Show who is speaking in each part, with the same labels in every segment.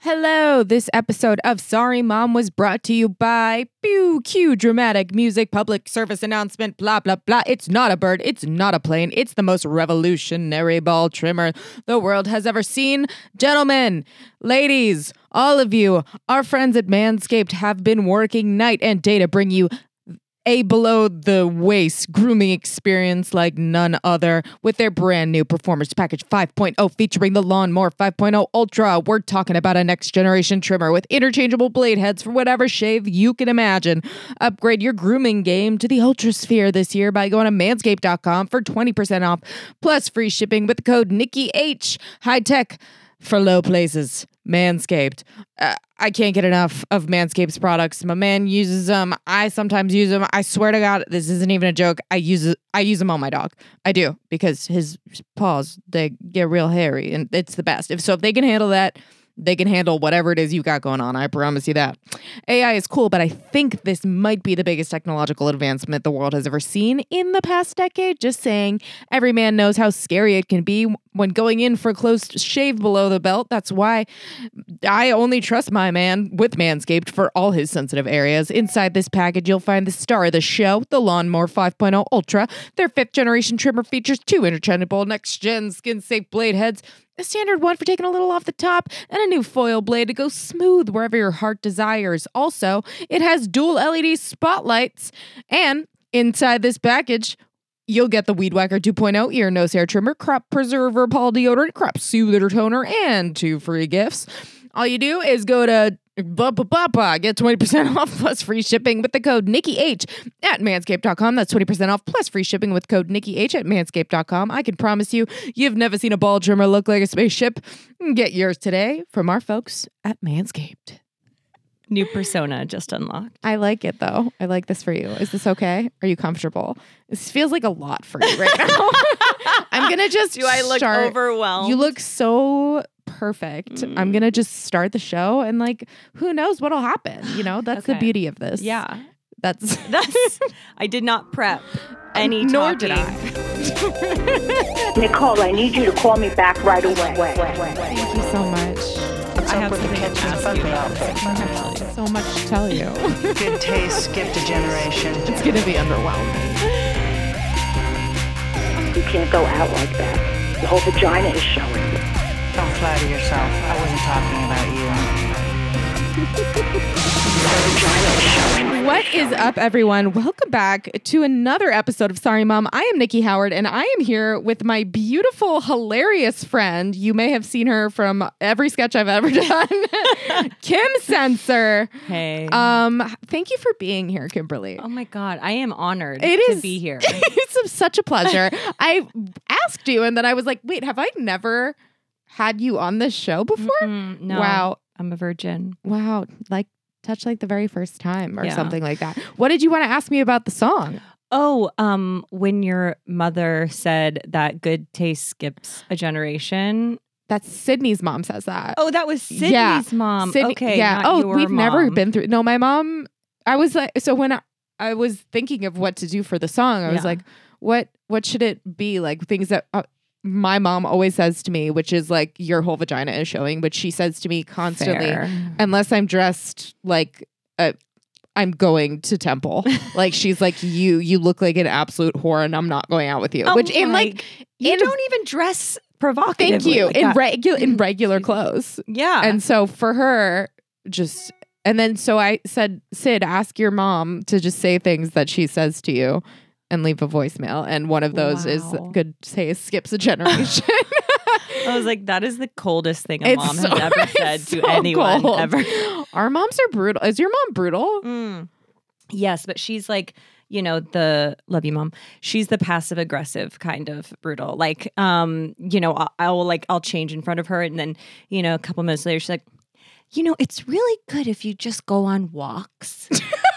Speaker 1: Hello, this episode of Sorry Mom was brought to you by Pew Q Dramatic Music Public Service Announcement, blah, blah, blah. It's not a bird, it's not a plane, it's the most revolutionary ball trimmer the world has ever seen. Gentlemen, ladies, all of you, our friends at Manscaped have been working night and day to bring you a below the waist grooming experience like none other with their brand new Performance Package 5.0 featuring the Lawnmower 5.0 Ultra. We're talking about a next generation trimmer with interchangeable blade heads for whatever shave you can imagine. Upgrade your grooming game to the Ultra Sphere this year by going to manscaped.com for 20% off plus free shipping with the code NIKKIH. High tech for low places. Manscaped. Uh, I can't get enough of Manscaped's products. My man uses them. I sometimes use them. I swear to God, this isn't even a joke. I use I use them on my dog. I do because his paws they get real hairy, and it's the best. If so, if they can handle that, they can handle whatever it is you got going on. I promise you that. AI is cool, but I think this might be the biggest technological advancement the world has ever seen in the past decade. Just saying, every man knows how scary it can be when going in for a close shave below the belt. That's why I only trust my man with Manscaped for all his sensitive areas. Inside this package, you'll find the star of the show, the Lawnmower 5.0 Ultra. Their fifth generation trimmer features two interchangeable next gen skin safe blade heads a standard one for taking a little off the top, and a new foil blade to go smooth wherever your heart desires. Also, it has dual LED spotlights, and inside this package, You'll get the Weed Whacker 2.0 ear, nose hair trimmer, crop preserver, Paul deodorant, crop soother toner, and two free gifts. All you do is go to blah, blah, blah, blah, get 20% off plus free shipping with the code NikkiH at manscaped.com. That's 20% off plus free shipping with code NikkiH at manscaped.com. I can promise you, you've never seen a ball trimmer look like a spaceship. Get yours today from our folks at Manscaped.
Speaker 2: New persona just unlocked.
Speaker 1: I like it though. I like this for you. Is this okay? Are you comfortable? This feels like a lot for you right now. I'm gonna just
Speaker 2: Do I look
Speaker 1: start-
Speaker 2: overwhelmed? Mm.
Speaker 1: You look so perfect. I'm gonna just start the show and like who knows what'll happen. You know, that's the
Speaker 2: Okay.
Speaker 1: beauty of this.
Speaker 2: Yeah.
Speaker 1: That's
Speaker 2: That's I did not prep any
Speaker 1: Uh, nor did
Speaker 2: topic.
Speaker 1: I.
Speaker 3: Nicole, I need you to call me back right away.
Speaker 1: Thank you so much.
Speaker 2: I have something to ask you about this, actually.
Speaker 1: So much to tell you.
Speaker 4: Good taste skipped a generation.
Speaker 1: it's gonna be underwhelming.
Speaker 3: You can't go out like that. The whole vagina is showing.
Speaker 4: Don't flatter yourself. I wasn't talking about you.
Speaker 1: What is up, everyone? Welcome back to another episode of Sorry Mom. I am Nikki Howard, and I am here with my beautiful, hilarious friend. You may have seen her from every sketch I've ever done, Kim Sensor.
Speaker 2: Hey.
Speaker 1: Um, thank you for being here, Kimberly.
Speaker 2: oh my god, I am honored
Speaker 1: It
Speaker 2: to
Speaker 1: is-
Speaker 2: be here.
Speaker 1: it's such a pleasure. I asked you, and then I was like, "Wait, have I never had you on this show before?"
Speaker 2: Mm, no.
Speaker 1: Wow,
Speaker 2: I'm a virgin.
Speaker 1: wow, like touch like the very first time or
Speaker 2: Yeah.
Speaker 1: something like that. What did you want to ask me about the song?
Speaker 2: Oh, um, when your mother said that good taste skips a generation.
Speaker 1: That's Sydney's mom says that.
Speaker 2: Oh, that was Sydney's
Speaker 1: Yeah.
Speaker 2: mom.
Speaker 1: Sydney-
Speaker 2: okay.
Speaker 1: yeah.
Speaker 2: not
Speaker 1: oh,
Speaker 2: your
Speaker 1: we've never
Speaker 2: mom.
Speaker 1: been through. No, my mom. I was like, so when I, I was thinking of what to do for the song, I was
Speaker 2: Yeah.
Speaker 1: like, what what should it be? Like things that. Uh, my mom always says to me, which is like your whole vagina is showing, which she says to me constantly,
Speaker 2: Fair.
Speaker 1: unless I'm dressed like i I'm going to temple. like she's like, you you look like an absolute whore, and I'm not going out with you.
Speaker 2: Oh
Speaker 1: which in
Speaker 2: my-
Speaker 1: like,
Speaker 2: you
Speaker 1: in-
Speaker 2: don't even dress provocatively.
Speaker 1: thank you
Speaker 2: like
Speaker 1: in
Speaker 2: that.
Speaker 1: regular in regular clothes.
Speaker 2: yeah.
Speaker 1: And so for her, just and then so I said, Sid, ask your mom to just say things that she says to you and leave a voicemail. And one of those
Speaker 2: Wow.
Speaker 1: is good say skips a generation.
Speaker 2: I was like, that is the coldest thing a
Speaker 1: It's
Speaker 2: mom
Speaker 1: so-
Speaker 2: has ever said
Speaker 1: it's
Speaker 2: to
Speaker 1: so
Speaker 2: anyone
Speaker 1: cold.
Speaker 2: ever.
Speaker 1: Our moms are brutal. Is your mom brutal?
Speaker 2: Mm. Yes, but she's like, you know, the love you mom. She's the passive aggressive kind of brutal. Like, um, you know, I, I will like I'll change in front of her, and then you know, a couple minutes later, she's like, you know, it's really good if you just go on walks.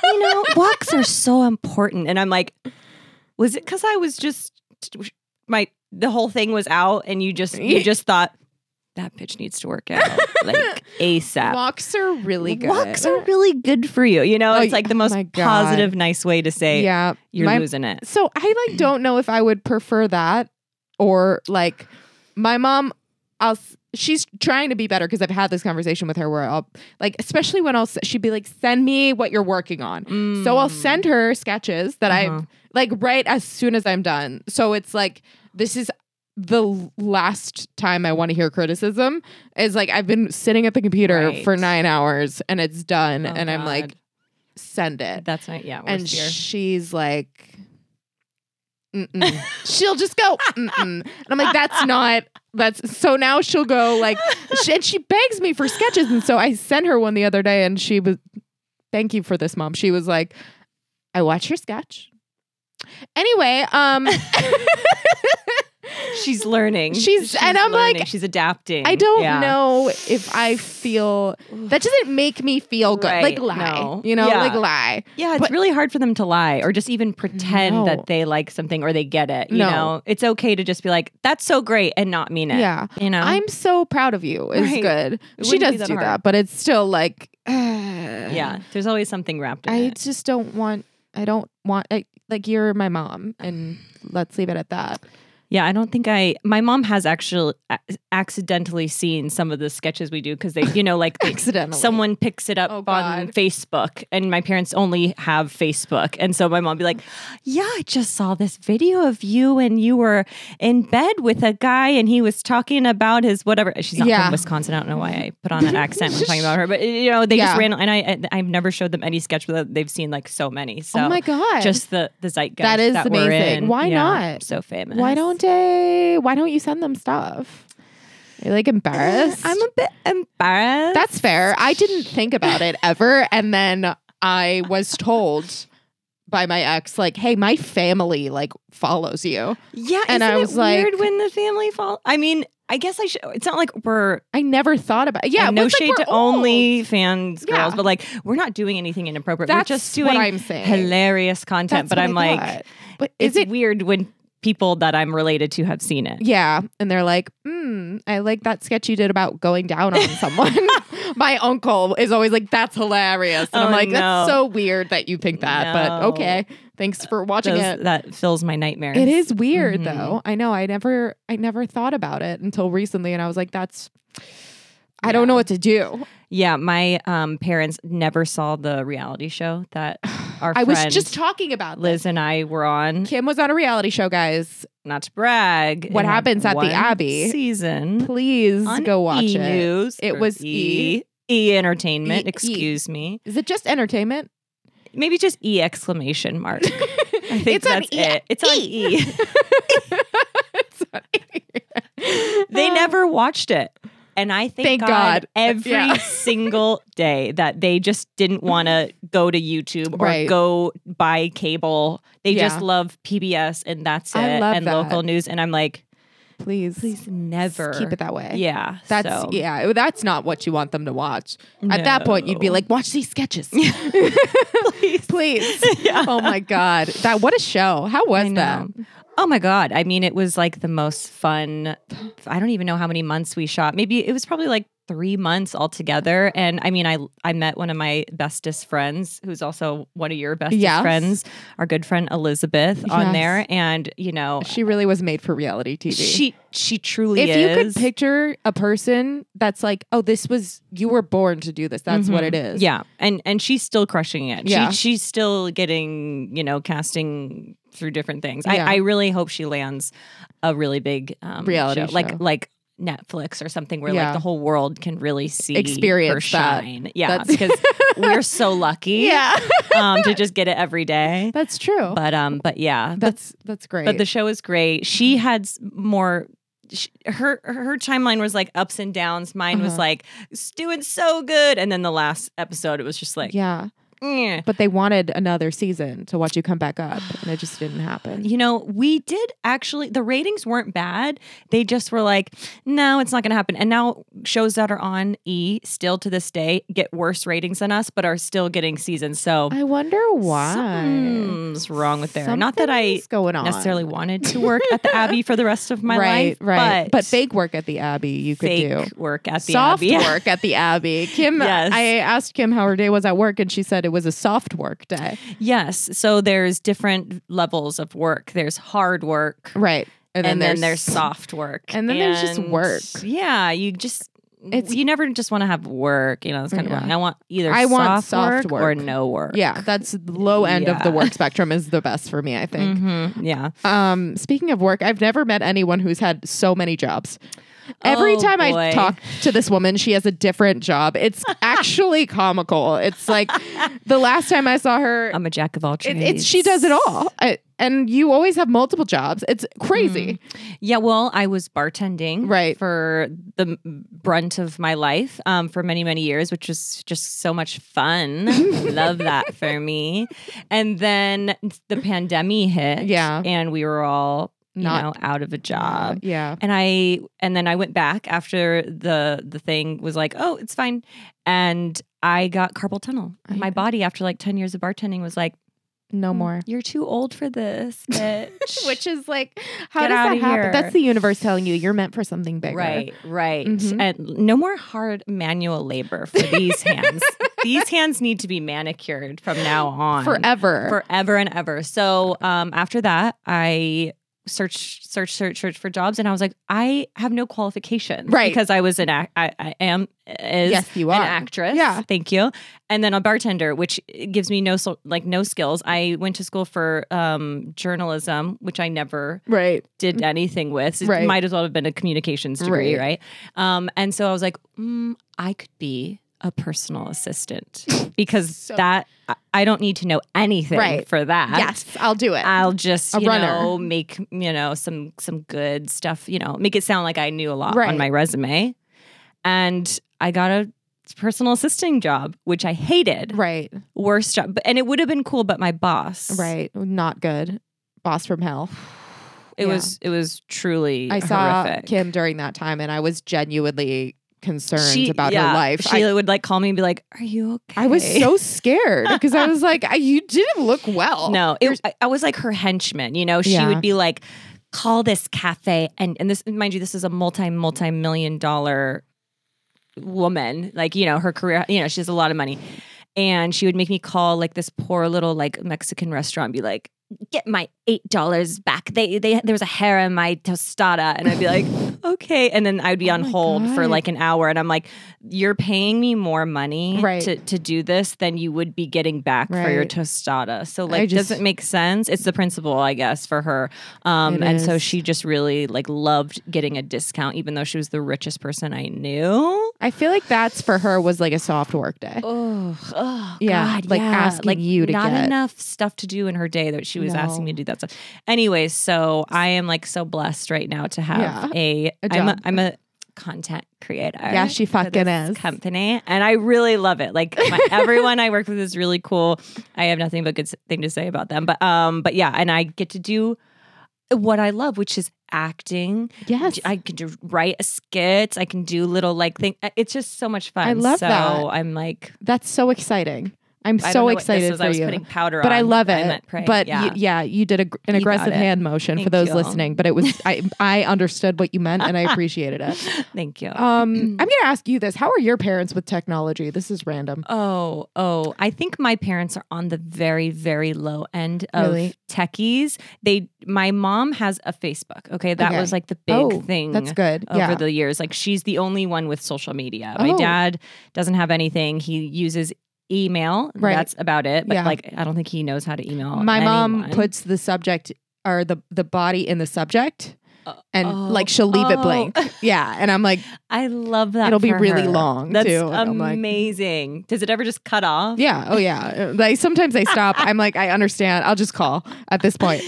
Speaker 2: you know, walks are so important, and I'm like, was it because I was just my the whole thing was out, and you just you just thought that bitch needs to work out like asap.
Speaker 1: Walks are really good.
Speaker 2: Walks are really good for you. You know,
Speaker 1: Oh,
Speaker 2: it's like the
Speaker 1: oh
Speaker 2: most
Speaker 1: my God.
Speaker 2: positive, nice way to say
Speaker 1: yeah.
Speaker 2: you're
Speaker 1: my-
Speaker 2: losing it.
Speaker 1: So I like don't know if I would prefer that or like my mom I'll s- she's trying to be better because I've had this conversation with her where I'll like especially when I'll s- she'd be like send me what you're working on. So
Speaker 2: Mm. Hmm.
Speaker 1: I'll send her sketches that
Speaker 2: Uh-huh.
Speaker 1: I like right as soon as I'm done. So it's like this is the l- last time I want to hear criticism is like I've been sitting at the computer
Speaker 2: Right.
Speaker 1: for 9 hours and it's done
Speaker 2: Oh,
Speaker 1: and I'm like
Speaker 2: God.
Speaker 1: send it.
Speaker 2: that's not yeah. Worst
Speaker 1: and
Speaker 2: fear.
Speaker 1: she's like Mm-mm. she'll just go Mm-mm. and i'm like that's not that's so now she'll go like she, and she begs me for sketches and so i sent her one the other day and she was thank you for this mom she was like i watched your sketch anyway um
Speaker 2: she's learning.
Speaker 1: She's- and I'm like,
Speaker 2: learning. she's adapting.
Speaker 1: i don't
Speaker 2: Yeah.
Speaker 1: know if i feel that doesn't make me feel good like
Speaker 2: Right,
Speaker 1: lie
Speaker 2: no.
Speaker 1: you know
Speaker 2: Yeah.
Speaker 1: like lie
Speaker 2: Yeah, it's
Speaker 1: But-
Speaker 2: really hard for them to lie or just even pretend
Speaker 1: No.
Speaker 2: that they like something or they get it. You
Speaker 1: No.
Speaker 2: know, it's okay to just be like, "That's so great" and not mean it.
Speaker 1: Yeah.
Speaker 2: you know,
Speaker 1: I'm so proud of you. Is
Speaker 2: Um, Right.
Speaker 1: good.
Speaker 2: It
Speaker 1: she
Speaker 2: wouldn't be
Speaker 1: does
Speaker 2: that
Speaker 1: do
Speaker 2: hard.
Speaker 1: that, but it's still like,
Speaker 2: yeah.
Speaker 1: yeah.
Speaker 2: There's always something wrapped in
Speaker 1: I
Speaker 2: it.
Speaker 1: just don't want. I don't want. I, like you're my mom, and let's leave it at that.
Speaker 2: Yeah, I don't think I. My mom has actually a- accidentally seen some of the sketches we do because they, you know, like they-
Speaker 1: Accidentally.
Speaker 2: someone picks it up
Speaker 1: Oh,
Speaker 2: on
Speaker 1: God.
Speaker 2: Facebook, and my parents only have Facebook, and so my mom be like, "Yeah, I just saw this video of you, and you were in bed with a guy, and he was talking about his whatever." She's not
Speaker 1: Yeah.
Speaker 2: from Wisconsin. I don't know why I put on an accent when talking about her, but you know, they
Speaker 1: Yeah.
Speaker 2: just ran. And I, I, I've never showed them any sketch without they've seen like so many. So
Speaker 1: oh my god.
Speaker 2: Just the the zeitgeist
Speaker 1: That is
Speaker 2: that we're
Speaker 1: amazing.
Speaker 2: in.
Speaker 1: Why
Speaker 2: Yeah,
Speaker 1: not?
Speaker 2: So famous.
Speaker 1: why don't they? Why don't you send them stuff? You're like embarrassed.
Speaker 2: I'm a bit embarrassed.
Speaker 1: That's fair. I didn't think about it ever. And then I was told by my ex, like, hey, my family like follows you.
Speaker 2: yeah,
Speaker 1: and I
Speaker 2: isn't
Speaker 1: was
Speaker 2: it weird
Speaker 1: like-
Speaker 2: when the family fall. I mean, I guess I should. It's not like we're
Speaker 1: I never thought about it. Yeah,
Speaker 2: yeah,
Speaker 1: it
Speaker 2: no
Speaker 1: was like
Speaker 2: shade
Speaker 1: we're
Speaker 2: to
Speaker 1: old.
Speaker 2: only fans
Speaker 1: Yeah.
Speaker 2: girls, but like we're not doing anything inappropriate.
Speaker 1: That's
Speaker 2: we're just
Speaker 1: what
Speaker 2: doing
Speaker 1: I'm saying.
Speaker 2: hilarious content.
Speaker 1: That's
Speaker 2: but
Speaker 1: what
Speaker 2: I'm
Speaker 1: I
Speaker 2: like,
Speaker 1: thought. but
Speaker 2: is
Speaker 1: is
Speaker 2: it's
Speaker 1: it?
Speaker 2: weird when people that I'm related to have seen it?
Speaker 1: Yeah, and they're like, hmm, I like that sketch you did about going down on someone. My uncle is always like, that's hilarious, and I'm
Speaker 2: Oh,
Speaker 1: like, that's
Speaker 2: no.
Speaker 1: so weird that you think that, but
Speaker 2: No.
Speaker 1: okay, thanks for watching
Speaker 2: Those-
Speaker 1: it.
Speaker 2: that fills my nightmares.
Speaker 1: It is weird
Speaker 2: Mhm.
Speaker 1: though. I know. I never I never thought about it until recently and I was like that's I don't know what to do.
Speaker 2: Yeah, my um, parents never saw the reality show that our
Speaker 1: I was
Speaker 2: friend
Speaker 1: just talking about this.
Speaker 2: Liz and I were on.
Speaker 1: Kim was on a reality show, guys.
Speaker 2: Not to brag.
Speaker 1: What
Speaker 2: it had
Speaker 1: happens at the
Speaker 2: one
Speaker 1: Abbey
Speaker 2: season?
Speaker 1: Please
Speaker 2: on
Speaker 1: go watch
Speaker 2: E!
Speaker 1: it.
Speaker 2: News
Speaker 1: It
Speaker 2: or
Speaker 1: was E.
Speaker 2: E E Entertainment.
Speaker 1: E- E.
Speaker 2: excuse me.
Speaker 1: Is it just entertainment?
Speaker 2: Maybe just E exclamation mark. I think
Speaker 1: It's on
Speaker 2: that's
Speaker 1: E-
Speaker 2: it. It's on
Speaker 1: E.
Speaker 2: E.
Speaker 1: E.
Speaker 2: they never watched it. And I thank,
Speaker 1: Uh. Thank God.
Speaker 2: every
Speaker 1: Yeah.
Speaker 2: single day that they just didn't want to go to YouTube or
Speaker 1: Right.
Speaker 2: go buy cable. They just
Speaker 1: Yeah.
Speaker 2: love PBS and that's it
Speaker 1: I love
Speaker 2: and
Speaker 1: that.
Speaker 2: local news. And I'm like,
Speaker 1: Please,
Speaker 2: please never
Speaker 1: keep it that way.
Speaker 2: Yeah,
Speaker 1: That's
Speaker 2: so-
Speaker 1: yeah. That's not what you want them to watch. At that point, you'd be
Speaker 2: No.
Speaker 1: like, watch these sketches, please, please.
Speaker 2: Yeah.
Speaker 1: Oh my god, that what a show! How was
Speaker 2: I
Speaker 1: that?
Speaker 2: know. Oh my god! I mean, it was like the most fun. I don't even know how many months we shot. Maybe it was probably like three months altogether. And I mean, I I met one of my bestest friends, who's also one of your bestest
Speaker 1: Yes.
Speaker 2: friends, our good friend Elizabeth, on
Speaker 1: Yes.
Speaker 2: there. And you know,
Speaker 1: She really was made for reality TV.
Speaker 2: she she truly
Speaker 1: if
Speaker 2: is.
Speaker 1: you could picture a person that's like, oh, this was you were born to do this. That's what it is.
Speaker 2: Mm-hmm. Yeah, and and she's still crushing it.
Speaker 1: Yeah.
Speaker 2: She, she's still getting you know casting through different things.
Speaker 1: Yeah.
Speaker 2: I, I really hope she lands a really big um,
Speaker 1: Reality show.
Speaker 2: like like Netflix or something where
Speaker 1: Yeah.
Speaker 2: like the whole world can really see her
Speaker 1: Experience that.
Speaker 2: shine. Yeah,
Speaker 1: That's-
Speaker 2: because we're so lucky.
Speaker 1: yeah.
Speaker 2: um, to just get it every day.
Speaker 1: that's true.
Speaker 2: But um, but yeah, but
Speaker 1: that's that's great.
Speaker 2: but the show is great. She
Speaker 1: Mm-hmm.
Speaker 2: had s- more. sh her her timeline was like ups and downs. Mine was
Speaker 1: Uh-huh.
Speaker 2: like "It's doing so good, and then the last episode it was just like
Speaker 1: yeah,
Speaker 2: "Eh."
Speaker 1: but they wanted another season to watch you come back up, and it just didn't happen.
Speaker 2: You know, we did actually, the ratings weren't bad. They just were like, no, it's not going to happen. And now shows that are on E still to this day get worse ratings than us, but are still getting seasons. So
Speaker 1: I wonder why.
Speaker 2: something's wrong with there. Not that I
Speaker 1: Something's going on.
Speaker 2: necessarily wanted to work at the Abbey for the rest of my
Speaker 1: right,
Speaker 2: life,
Speaker 1: right.
Speaker 2: but,
Speaker 1: But, fake work at the Abbey, you could do.
Speaker 2: fake work at the
Speaker 1: soft
Speaker 2: Abbey.
Speaker 1: work at the Abbey. Kim,
Speaker 2: Yes.
Speaker 1: I asked Kim how her day was at work, and she said it was a soft work day.
Speaker 2: yes. So there's different levels of work. There's hard work.
Speaker 1: Right. And
Speaker 2: and then there's
Speaker 1: there's-
Speaker 2: soft work.
Speaker 1: and then there's just
Speaker 2: And,
Speaker 1: work.
Speaker 2: Yeah, you just
Speaker 1: It's-
Speaker 2: it's you never just want to have work. You know, it's kind
Speaker 1: Yeah.
Speaker 2: of I want either
Speaker 1: I want soft
Speaker 2: work, or
Speaker 1: work.
Speaker 2: no work.
Speaker 1: Yeah, that's the low end of the
Speaker 2: Yeah.
Speaker 1: work spectrum is the best for me, I think.
Speaker 2: Mhm. yeah.
Speaker 1: Um, speaking of work, I've never met anyone who's had so many jobs. Every
Speaker 2: Oh,
Speaker 1: time I
Speaker 2: boy.
Speaker 1: talk to this woman, she has a different job. It's actually comical. It's like the last time I saw her,
Speaker 2: I'm a jack of all
Speaker 1: it-
Speaker 2: trades.
Speaker 1: it's she does it all, I, and you always have multiple jobs. It's crazy.
Speaker 2: Mm, Yeah, well, I was bartending
Speaker 1: Right.
Speaker 2: for the m- brunt of my life um, for many, many years, which was just so much fun. Love that for me. And then the pandemic hit.
Speaker 1: Yeah.
Speaker 2: And we were all, you
Speaker 1: Not-
Speaker 2: know, out of a job.
Speaker 1: Yeah,
Speaker 2: And I and then I went back after the the thing was like, oh, it's fine. And I got carpal tunnel.
Speaker 1: I
Speaker 2: My
Speaker 1: know.
Speaker 2: body after like 10 years of bartending was like,
Speaker 1: no
Speaker 2: "Mm,
Speaker 1: more.
Speaker 2: You're too old for this, bitch.
Speaker 1: Which is like, how
Speaker 2: Get
Speaker 1: does that
Speaker 2: outta
Speaker 1: happen?
Speaker 2: here.
Speaker 1: That's the universe telling you you're meant for something bigger.
Speaker 2: Right, right.
Speaker 1: Mhm.
Speaker 2: And no more hard manual labor for these hands. these hands need to be manicured from now on.
Speaker 1: Forever.
Speaker 2: Forever and ever. So um, after that, I searched, searched, searched, searched for jobs, and I was like, I have no qualifications,
Speaker 1: Right.
Speaker 2: Because I was an act. I, I am is
Speaker 1: yes, you
Speaker 2: an
Speaker 1: are.
Speaker 2: actress.
Speaker 1: Yeah.
Speaker 2: thank you. And then a bartender, which gives me no so, like no skills. I went to school for um, journalism, which I never
Speaker 1: Right.
Speaker 2: did anything with. It
Speaker 1: Right.
Speaker 2: might as well have been a communications degree,
Speaker 1: Right.
Speaker 2: right? Um, and so I was like, mm, I could be a personal assistant because
Speaker 1: So-
Speaker 2: that I- I don't need to know anything
Speaker 1: Right.
Speaker 2: for that.
Speaker 1: Yes, I'll do it.
Speaker 2: I'll just
Speaker 1: A
Speaker 2: you
Speaker 1: runner.
Speaker 2: know make you know some some good stuff. You know, make it sound like I knew a lot
Speaker 1: Right.
Speaker 2: on my resume, and I got a personal assisting job, which I hated.
Speaker 1: right.
Speaker 2: Worst job, and it would have been cool, but my boss.
Speaker 1: Right. Not good. Boss from hell.
Speaker 2: It
Speaker 1: Yeah.
Speaker 2: was it was truly.
Speaker 1: I saw
Speaker 2: horrific.
Speaker 1: Kim during that time and I was genuinely concerned
Speaker 2: She-
Speaker 1: about
Speaker 2: yeah,
Speaker 1: her life.
Speaker 2: She
Speaker 1: I,
Speaker 2: would like call me and be like, "Are you okay?"
Speaker 1: I was so scared because I was like, I, you didn't look well.
Speaker 2: no. It, I, I was like her henchman. You know, she
Speaker 1: Yeah.
Speaker 2: would be like, "Call this cafe," and and this, mind you, this is a multi multi million dollar woman. Like you know, her career. You know, she has a lot of money, and she would make me call like this poor little like Mexican restaurant, and be like. Get my eight dollars back. They they there was a hair in my tostada, and I'd be like, okay. And then I'd be
Speaker 1: Oh
Speaker 2: on
Speaker 1: my
Speaker 2: hold for
Speaker 1: God.
Speaker 2: like an hour, and I'm like, you're paying me more money
Speaker 1: Right.
Speaker 2: to, to do this than you would be getting back for your
Speaker 1: Right.
Speaker 2: tostada. So
Speaker 1: I
Speaker 2: like
Speaker 1: just-
Speaker 2: doesn't make sense. It's the principle, I guess, for her.
Speaker 1: It
Speaker 2: Um and so
Speaker 1: is.
Speaker 2: she just really like loved getting a discount, even though she was the richest person I knew.
Speaker 1: I feel like that's for her was like a soft work day.
Speaker 2: Oh,
Speaker 1: Yeah,
Speaker 2: God,
Speaker 1: like
Speaker 2: yeah.
Speaker 1: asking
Speaker 2: like
Speaker 1: you to
Speaker 2: not
Speaker 1: get-
Speaker 2: enough stuff to do in her day that she was asking
Speaker 1: No.
Speaker 2: me to do that stuff. Anyway, so I am like so blessed right now to have
Speaker 1: Yeah.
Speaker 2: a
Speaker 1: A
Speaker 2: I'm a,
Speaker 1: job.
Speaker 2: I'm a content creator.
Speaker 1: Yeah, she
Speaker 2: for
Speaker 1: fucking
Speaker 2: this
Speaker 1: is.
Speaker 2: company, and I really love it. Like my, everyone I work with is really cool. I have nothing but good s- thing to say about them. But um, but yeah, and I get to do what I love, which is acting.
Speaker 1: Yes.
Speaker 2: I can do, write a skit. I can do little like thing. uh, It's just so much fun.
Speaker 1: I love
Speaker 2: so
Speaker 1: that.
Speaker 2: I'm like
Speaker 1: that's so exciting. I'm
Speaker 2: I don't
Speaker 1: so
Speaker 2: know what this
Speaker 1: excited
Speaker 2: is.
Speaker 1: for
Speaker 2: I was
Speaker 1: you.
Speaker 2: putting powder
Speaker 1: but I
Speaker 2: on.
Speaker 1: love it.
Speaker 2: meant pray.
Speaker 1: But
Speaker 2: yeah.
Speaker 1: you, yeah, you did a, gr- an
Speaker 2: You got
Speaker 1: aggressive
Speaker 2: it.
Speaker 1: hand motion for
Speaker 2: Thank
Speaker 1: those
Speaker 2: you.
Speaker 1: listening. But it was I I understood what you meant and I appreciated it.
Speaker 2: Thank you.
Speaker 1: Um, I'm going to ask you this: How are your parents with technology? This is random.
Speaker 2: oh, oh. I think my parents are on the very, very low end of
Speaker 1: Really?
Speaker 2: techies. They my mom has a Facebook. Okay. That
Speaker 1: Okay.
Speaker 2: was like the big
Speaker 1: Oh,
Speaker 2: thing.
Speaker 1: That's good.
Speaker 2: over
Speaker 1: yeah.
Speaker 2: the years. Like she's the only one with social media. My
Speaker 1: Oh.
Speaker 2: dad doesn't have anything. He uses email.
Speaker 1: Right.
Speaker 2: That's about it. But
Speaker 1: Yeah.
Speaker 2: like I don't think he knows how to email.
Speaker 1: My mom
Speaker 2: anyone.
Speaker 1: puts the subject or the the body in the subject,
Speaker 2: Uh,
Speaker 1: and
Speaker 2: oh,
Speaker 1: like she'll leave it
Speaker 2: oh.
Speaker 1: blank. Yeah, and I'm like,
Speaker 2: I love that.
Speaker 1: It'll be
Speaker 2: for
Speaker 1: really
Speaker 2: her.
Speaker 1: long,
Speaker 2: That's
Speaker 1: too, and I'm like- "Mm."
Speaker 2: amazing. Does it ever just cut off?
Speaker 1: yeah, oh yeah. Like sometimes I stop. I'm like, I understand. I'll just call at this point.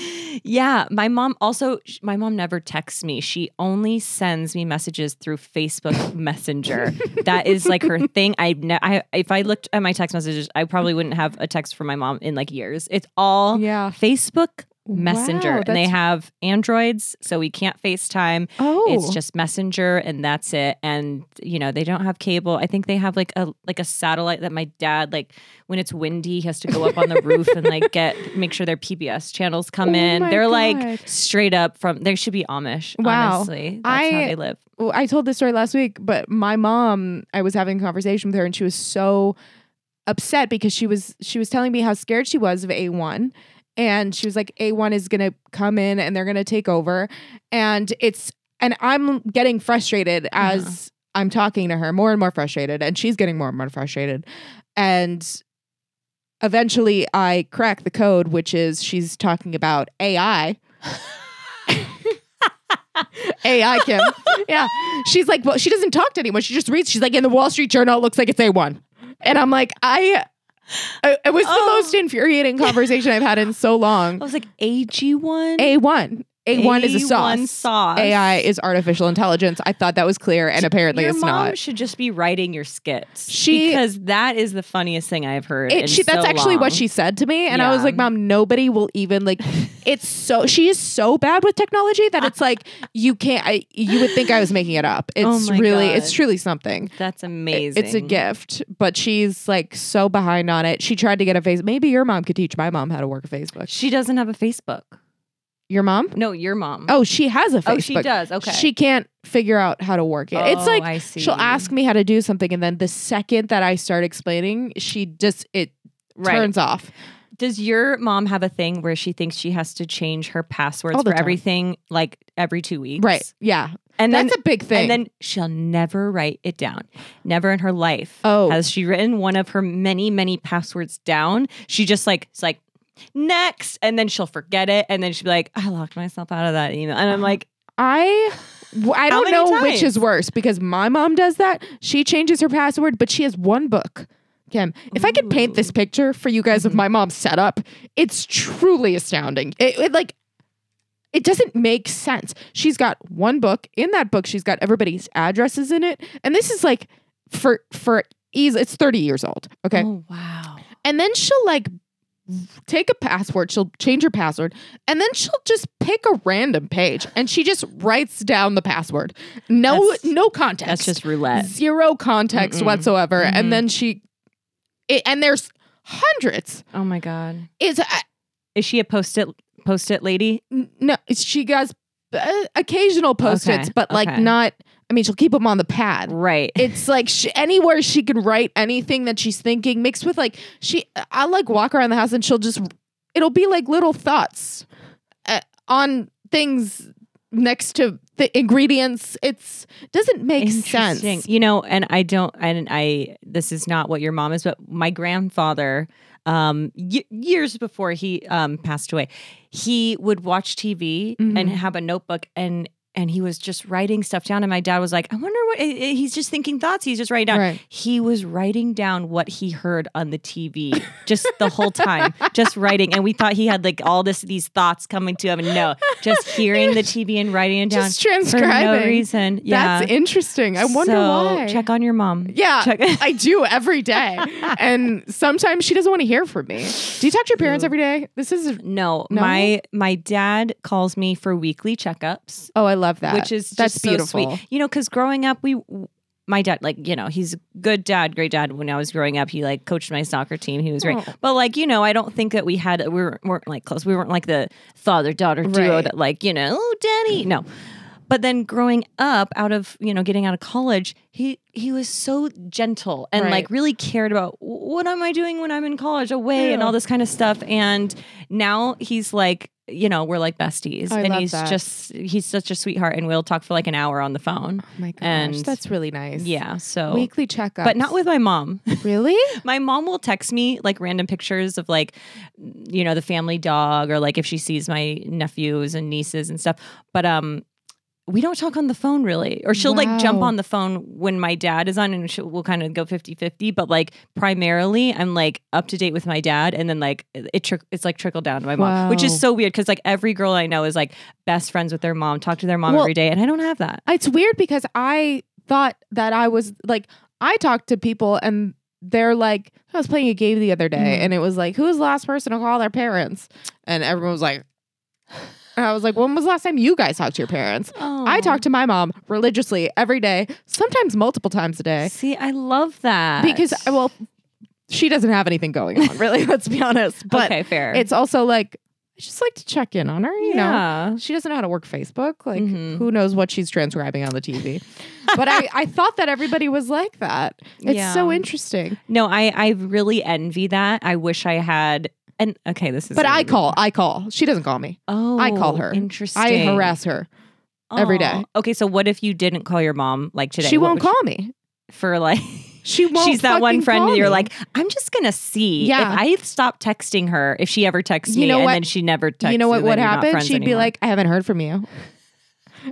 Speaker 2: Yeah, my mom also sh- my mom never texts me. She only sends me messages through Facebook Messenger. that is like her thing. I, ne- I if I looked at my text messages, I probably wouldn't have a text from my mom in like years. It's all
Speaker 1: Yeah.
Speaker 2: Facebook Messenger,
Speaker 1: Wow,
Speaker 2: and they
Speaker 1: that's-
Speaker 2: have Androids, so we can't FaceTime.
Speaker 1: Oh,
Speaker 2: It's just Messenger, and that's it. And you know they don't have cable. I think they have like a like a satellite that my dad like when it's windy he has to go up on the roof and like get make sure their PBS channels come
Speaker 1: Oh
Speaker 2: in.
Speaker 1: my God.
Speaker 2: They're like straight up from they should be Amish.
Speaker 1: Wow.
Speaker 2: honestly, that's how
Speaker 1: I-
Speaker 2: they live.
Speaker 1: well, I told this story last week, but my mom, I was having a conversation with her and she was so upset because she was she was telling me how scared she was of A1 and she was like a1 is gonna come in and they're gonna take over and it's and i'm getting frustrated as i'm talking to her more and more frustrated and she's getting more and more frustrated and eventually i crack the code which is she's talking about ai AI Kim. Yeah. She's like, well, she doesn't talk to anyone. She just reads. She's like, in the Wall Street Journal, it looks like it's A1. And I'm like, I, I- it was
Speaker 2: Oh.
Speaker 1: the most infuriating conversation I've had in so
Speaker 2: I
Speaker 1: long.
Speaker 2: was like, AG1?
Speaker 1: A1. A1 is a
Speaker 2: A1
Speaker 1: sauce.
Speaker 2: sauce.
Speaker 1: AI is artificial intelligence. I thought that was clear, and apparently
Speaker 2: Your
Speaker 1: it's
Speaker 2: mom
Speaker 1: not.
Speaker 2: should just be writing your skits.
Speaker 1: She-
Speaker 2: because that is the funniest thing I've heard. in
Speaker 1: It, she, that's
Speaker 2: so
Speaker 1: actually what
Speaker 2: long.
Speaker 1: she said to me, and I was
Speaker 2: Yeah.
Speaker 1: like, "Mom, nobody will even like." It's so she is so bad with technology that it's like you can't. I you would think I was making it up. It's
Speaker 2: Oh my
Speaker 1: really,
Speaker 2: God.
Speaker 1: it's truly something.
Speaker 2: That's
Speaker 1: it-
Speaker 2: amazing.
Speaker 1: It's a gift, but she's like so behind on it. She tried to get a Facebook. Maybe your mom could teach my mom how to work a Facebook.
Speaker 2: She doesn't have a Facebook.
Speaker 1: Your mom?
Speaker 2: No, your mom.
Speaker 1: Oh, she has a Facebook.
Speaker 2: oh, she does. Okay.
Speaker 1: She can't figure out how to work it. it's
Speaker 2: Oh,
Speaker 1: like
Speaker 2: I
Speaker 1: she'll
Speaker 2: see.
Speaker 1: ask me how to do something, and then the second that I start explaining, she just it
Speaker 2: Right.
Speaker 1: turns off.
Speaker 2: Does your mom have a thing where she thinks she has to change her passwords
Speaker 1: All the
Speaker 2: for
Speaker 1: time.
Speaker 2: everything like every two weeks?
Speaker 1: Right? Yeah,
Speaker 2: And then
Speaker 1: that's a big thing.
Speaker 2: and then she'll never write it down. Never in her life
Speaker 1: Oh.
Speaker 2: has she written one of her many, many passwords down. She just like it's like next, and then she'll forget it, and then she'll be like, I locked myself out of that email, and I'm like,
Speaker 1: I w- I
Speaker 2: How
Speaker 1: don't
Speaker 2: many
Speaker 1: know
Speaker 2: times?
Speaker 1: which is worse because my mom does that. She changes her password, but she has one book. Kim, if I could paint this picture for you guys
Speaker 2: Mm-hmm.
Speaker 1: of my mom's setup, it's truly astounding. It, it like it doesn't make sense. She's got one book. In that book, she's got everybody's addresses in it, and this is like for for ease. It's thirty years old. Okay,
Speaker 2: oh wow,
Speaker 1: and then she'll like take a password she'll change her password and then she'll just pick a random page and she just writes down the password no
Speaker 2: That's-
Speaker 1: no context
Speaker 2: that's just roulette.
Speaker 1: zero context
Speaker 2: Mm-mm.
Speaker 1: whatsoever
Speaker 2: Mhm.
Speaker 1: and then she it, and there's hundreds
Speaker 2: Oh my god,
Speaker 1: it's I-
Speaker 2: is she a post-it post-it lady?
Speaker 1: n- no it's, she does uh, occasional post-its
Speaker 2: Okay,
Speaker 1: but like
Speaker 2: okay.
Speaker 1: not i mean she'll keep them on the pad
Speaker 2: Right.
Speaker 1: it's like she, anywhere she can write anything that she's thinking mixed with like she i like walk around the house and she'll just it'll be like little thoughts uh, on things next to the ingredients it's doesn't make sense
Speaker 2: Interesting. You know, and I don't, and I, this is not what your mom is, but my grandfather, um, y- years before he um, passed away, he would watch TV and
Speaker 1: Mhm.
Speaker 2: have a notebook and, and he was just writing stuff down. And my dad was like, I wonder what, eh, eh, he's just thinking thoughts. He's just writing down.
Speaker 1: Right.
Speaker 2: He was writing down what he heard on the TV just the whole time, just writing. And we thought he had like all this, these thoughts coming to him. And no, just hearing the TV and writing it down.
Speaker 1: just
Speaker 2: For
Speaker 1: transcribing
Speaker 2: no reason. Yeah.
Speaker 1: that's interesting i wonder
Speaker 2: So,
Speaker 1: why
Speaker 2: Check on your mom.
Speaker 1: yeah
Speaker 2: Check-
Speaker 1: i do every day and sometimes she doesn't want to hear from me do you talk to your parents every day this is
Speaker 2: No,
Speaker 1: No?
Speaker 2: my my dad calls me for weekly checkups,
Speaker 1: oh i love that
Speaker 2: which is just
Speaker 1: that's
Speaker 2: so
Speaker 1: beautiful
Speaker 2: sweet. You know, because growing up, we my dad like you know he's a good dad, great dad. When I was growing up, he like coached my soccer team. He was great,
Speaker 1: Oh.
Speaker 2: but like you know, I don't think that we had we weren't, weren't like close. We weren't like the father daughter duo
Speaker 1: Right.
Speaker 2: that like you know, oh daddy, no. But then growing up, out of you know, getting out of college, he he was so gentle and
Speaker 1: Right.
Speaker 2: like really cared about what am I doing when I'm in college away and
Speaker 1: Yeah.
Speaker 2: all this kind of stuff. And now he's like, you know, we're like besties,
Speaker 1: I
Speaker 2: and
Speaker 1: love
Speaker 2: he's
Speaker 1: that.
Speaker 2: just he's such a sweetheart, and we'll talk for like an hour on the phone.
Speaker 1: oh my gosh
Speaker 2: and-
Speaker 1: that's really nice
Speaker 2: Yeah, so.
Speaker 1: weekly checkups
Speaker 2: Oh. but not with my mom.
Speaker 1: really
Speaker 2: My mom will text me like random pictures of like, you know, the family dog or like if she sees my nephews and nieces and stuff. But um, we don't talk on the phone really. Or she'll like jump
Speaker 1: Wow.
Speaker 2: on the phone when my dad is on and she'll, we'll kind of go 50 50. But like primarily, I'm like up to date with my dad. And then like it trick it's like trickled down to my mom, which
Speaker 1: Wow.
Speaker 2: is so weird because like every girl I know is like best friends with their mom, talk to their mom
Speaker 1: Well-
Speaker 2: every day. And I don't have that.
Speaker 1: it's weird because i thought that i was like i talked to people and they're like i was playing a game the other day
Speaker 2: Mhm.
Speaker 1: and it was like who was the last person to call their parents and everyone was like and i was like when was the last time you guys talked to your parents i
Speaker 2: Oh.
Speaker 1: talk to my mom religiously every day sometimes multiple times a day
Speaker 2: See, I love that.
Speaker 1: because well she doesn't have anything going on really let's be honest but
Speaker 2: okay, fair.
Speaker 1: it's also like i just like to check in on her you know
Speaker 2: yeah.
Speaker 1: She doesn't know how to work Facebook. Like,
Speaker 2: Mhm.
Speaker 1: who knows what she's transcribing on the TV? but I, I thought that everybody was like that. It's so
Speaker 2: Yeah.
Speaker 1: interesting.
Speaker 2: No, I I really envy that. I wish I had and okay, this is.
Speaker 1: But I call. I call. She doesn't call me.
Speaker 2: Oh,
Speaker 1: I call her.
Speaker 2: Interesting.
Speaker 1: I harass her. every day.
Speaker 2: Okay, so what if you didn't call your mom like today?
Speaker 1: she
Speaker 2: What
Speaker 1: won't
Speaker 2: would
Speaker 1: call me.
Speaker 2: you- for like.
Speaker 1: She won't.
Speaker 2: She's that one
Speaker 1: fucking
Speaker 2: friend
Speaker 1: call
Speaker 2: that you're
Speaker 1: me.
Speaker 2: like, I'm just gonna see
Speaker 1: Yeah.
Speaker 2: if I stop texting her if she ever texts
Speaker 1: You
Speaker 2: me,
Speaker 1: know
Speaker 2: and
Speaker 1: what?
Speaker 2: then she never texts.
Speaker 1: you know what
Speaker 2: and
Speaker 1: would
Speaker 2: then you're not
Speaker 1: happen?
Speaker 2: friends
Speaker 1: She'd be
Speaker 2: anymore.
Speaker 1: like, I haven't heard from you.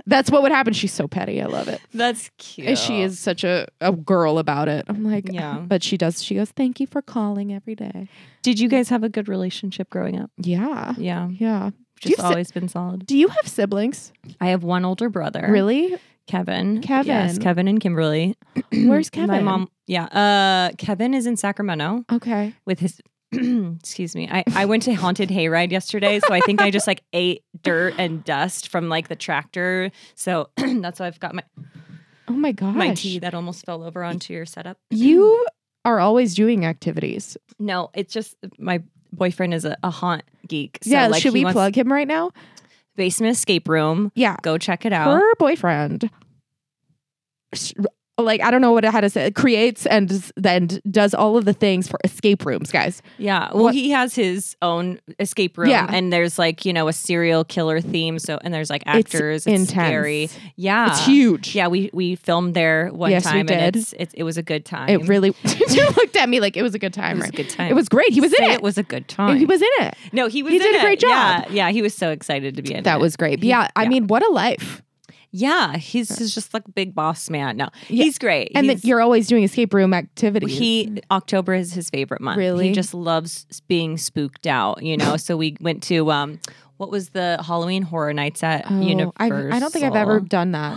Speaker 1: That's what would happen. She's so petty. I love it.
Speaker 2: "That's cute."
Speaker 1: And She is such a, a girl about it. I'm like,
Speaker 2: Yeah.
Speaker 1: But she does. She goes, Thank you for calling every day.
Speaker 2: Did you guys have a good relationship growing up?
Speaker 1: Yeah.
Speaker 2: Yeah,
Speaker 1: Yeah. Do you
Speaker 2: just
Speaker 1: have si-
Speaker 2: always been solid.
Speaker 1: Do you have siblings?
Speaker 2: I have one older brother.
Speaker 1: Really?
Speaker 2: Kevin.
Speaker 1: Kevin.
Speaker 2: Yes, Kevin and Kimberly.
Speaker 1: Where's Kevin?
Speaker 2: My mom. Yeah. Uh, Kevin is in Sacramento
Speaker 1: Okay.
Speaker 2: with his. excuse me. I, I went to Haunted Hayride yesterday, so I think I just like ate dirt and dust from like the tractor. So that's why I've got my
Speaker 1: Oh my gosh.
Speaker 2: my Mm. tea that almost fell over onto your setup.
Speaker 1: You are always doing activities.
Speaker 2: No, it's just my boyfriend is a, a haunt geek. So
Speaker 1: yeah.
Speaker 2: like
Speaker 1: should
Speaker 2: he
Speaker 1: we
Speaker 2: wants
Speaker 1: plug him right now?
Speaker 2: basement escape room?
Speaker 1: Yeah.
Speaker 2: Go check it out.
Speaker 1: Her boyfriend. s- Like I don't know what how to say. Creates and then does all of the things for escape rooms, guys.
Speaker 2: Yeah. Well,
Speaker 1: What-
Speaker 2: he has his own escape room,
Speaker 1: Yeah.
Speaker 2: and there's like you know a serial killer theme. So and there's like
Speaker 1: It's
Speaker 2: actors. It's,
Speaker 1: intense.
Speaker 2: scary. Yeah.
Speaker 1: it's huge.
Speaker 2: Yeah, we we filmed there one
Speaker 1: Yes, we
Speaker 2: time,
Speaker 1: did.
Speaker 2: and it's, it's it was a good time.
Speaker 1: It really you looked at me like it was a good
Speaker 2: It
Speaker 1: time.
Speaker 2: was a
Speaker 1: right?
Speaker 2: good time.
Speaker 1: It was great. He was in
Speaker 2: Say
Speaker 1: it.
Speaker 2: It was a good time.
Speaker 1: He was in it.
Speaker 2: no, he was.
Speaker 1: he
Speaker 2: in
Speaker 1: did a great
Speaker 2: it.
Speaker 1: job.
Speaker 2: Yeah, yeah, he was so excited to be in.
Speaker 1: That
Speaker 2: it.
Speaker 1: was great. But
Speaker 2: He-
Speaker 1: yeah, I
Speaker 2: yeah.
Speaker 1: mean, what a life.
Speaker 2: Yeah, he's, he's just like a big boss man. No,
Speaker 1: Yeah.
Speaker 2: he's great.
Speaker 1: And
Speaker 2: he's,
Speaker 1: that you're always doing escape room activities.
Speaker 2: He October is his favorite month.
Speaker 1: Really?
Speaker 2: he just loves being spooked out. You know, so we went to um, what was the Halloween Horror Nights at
Speaker 1: Oh,
Speaker 2: Universal?
Speaker 1: I've- I don't think I've ever done that.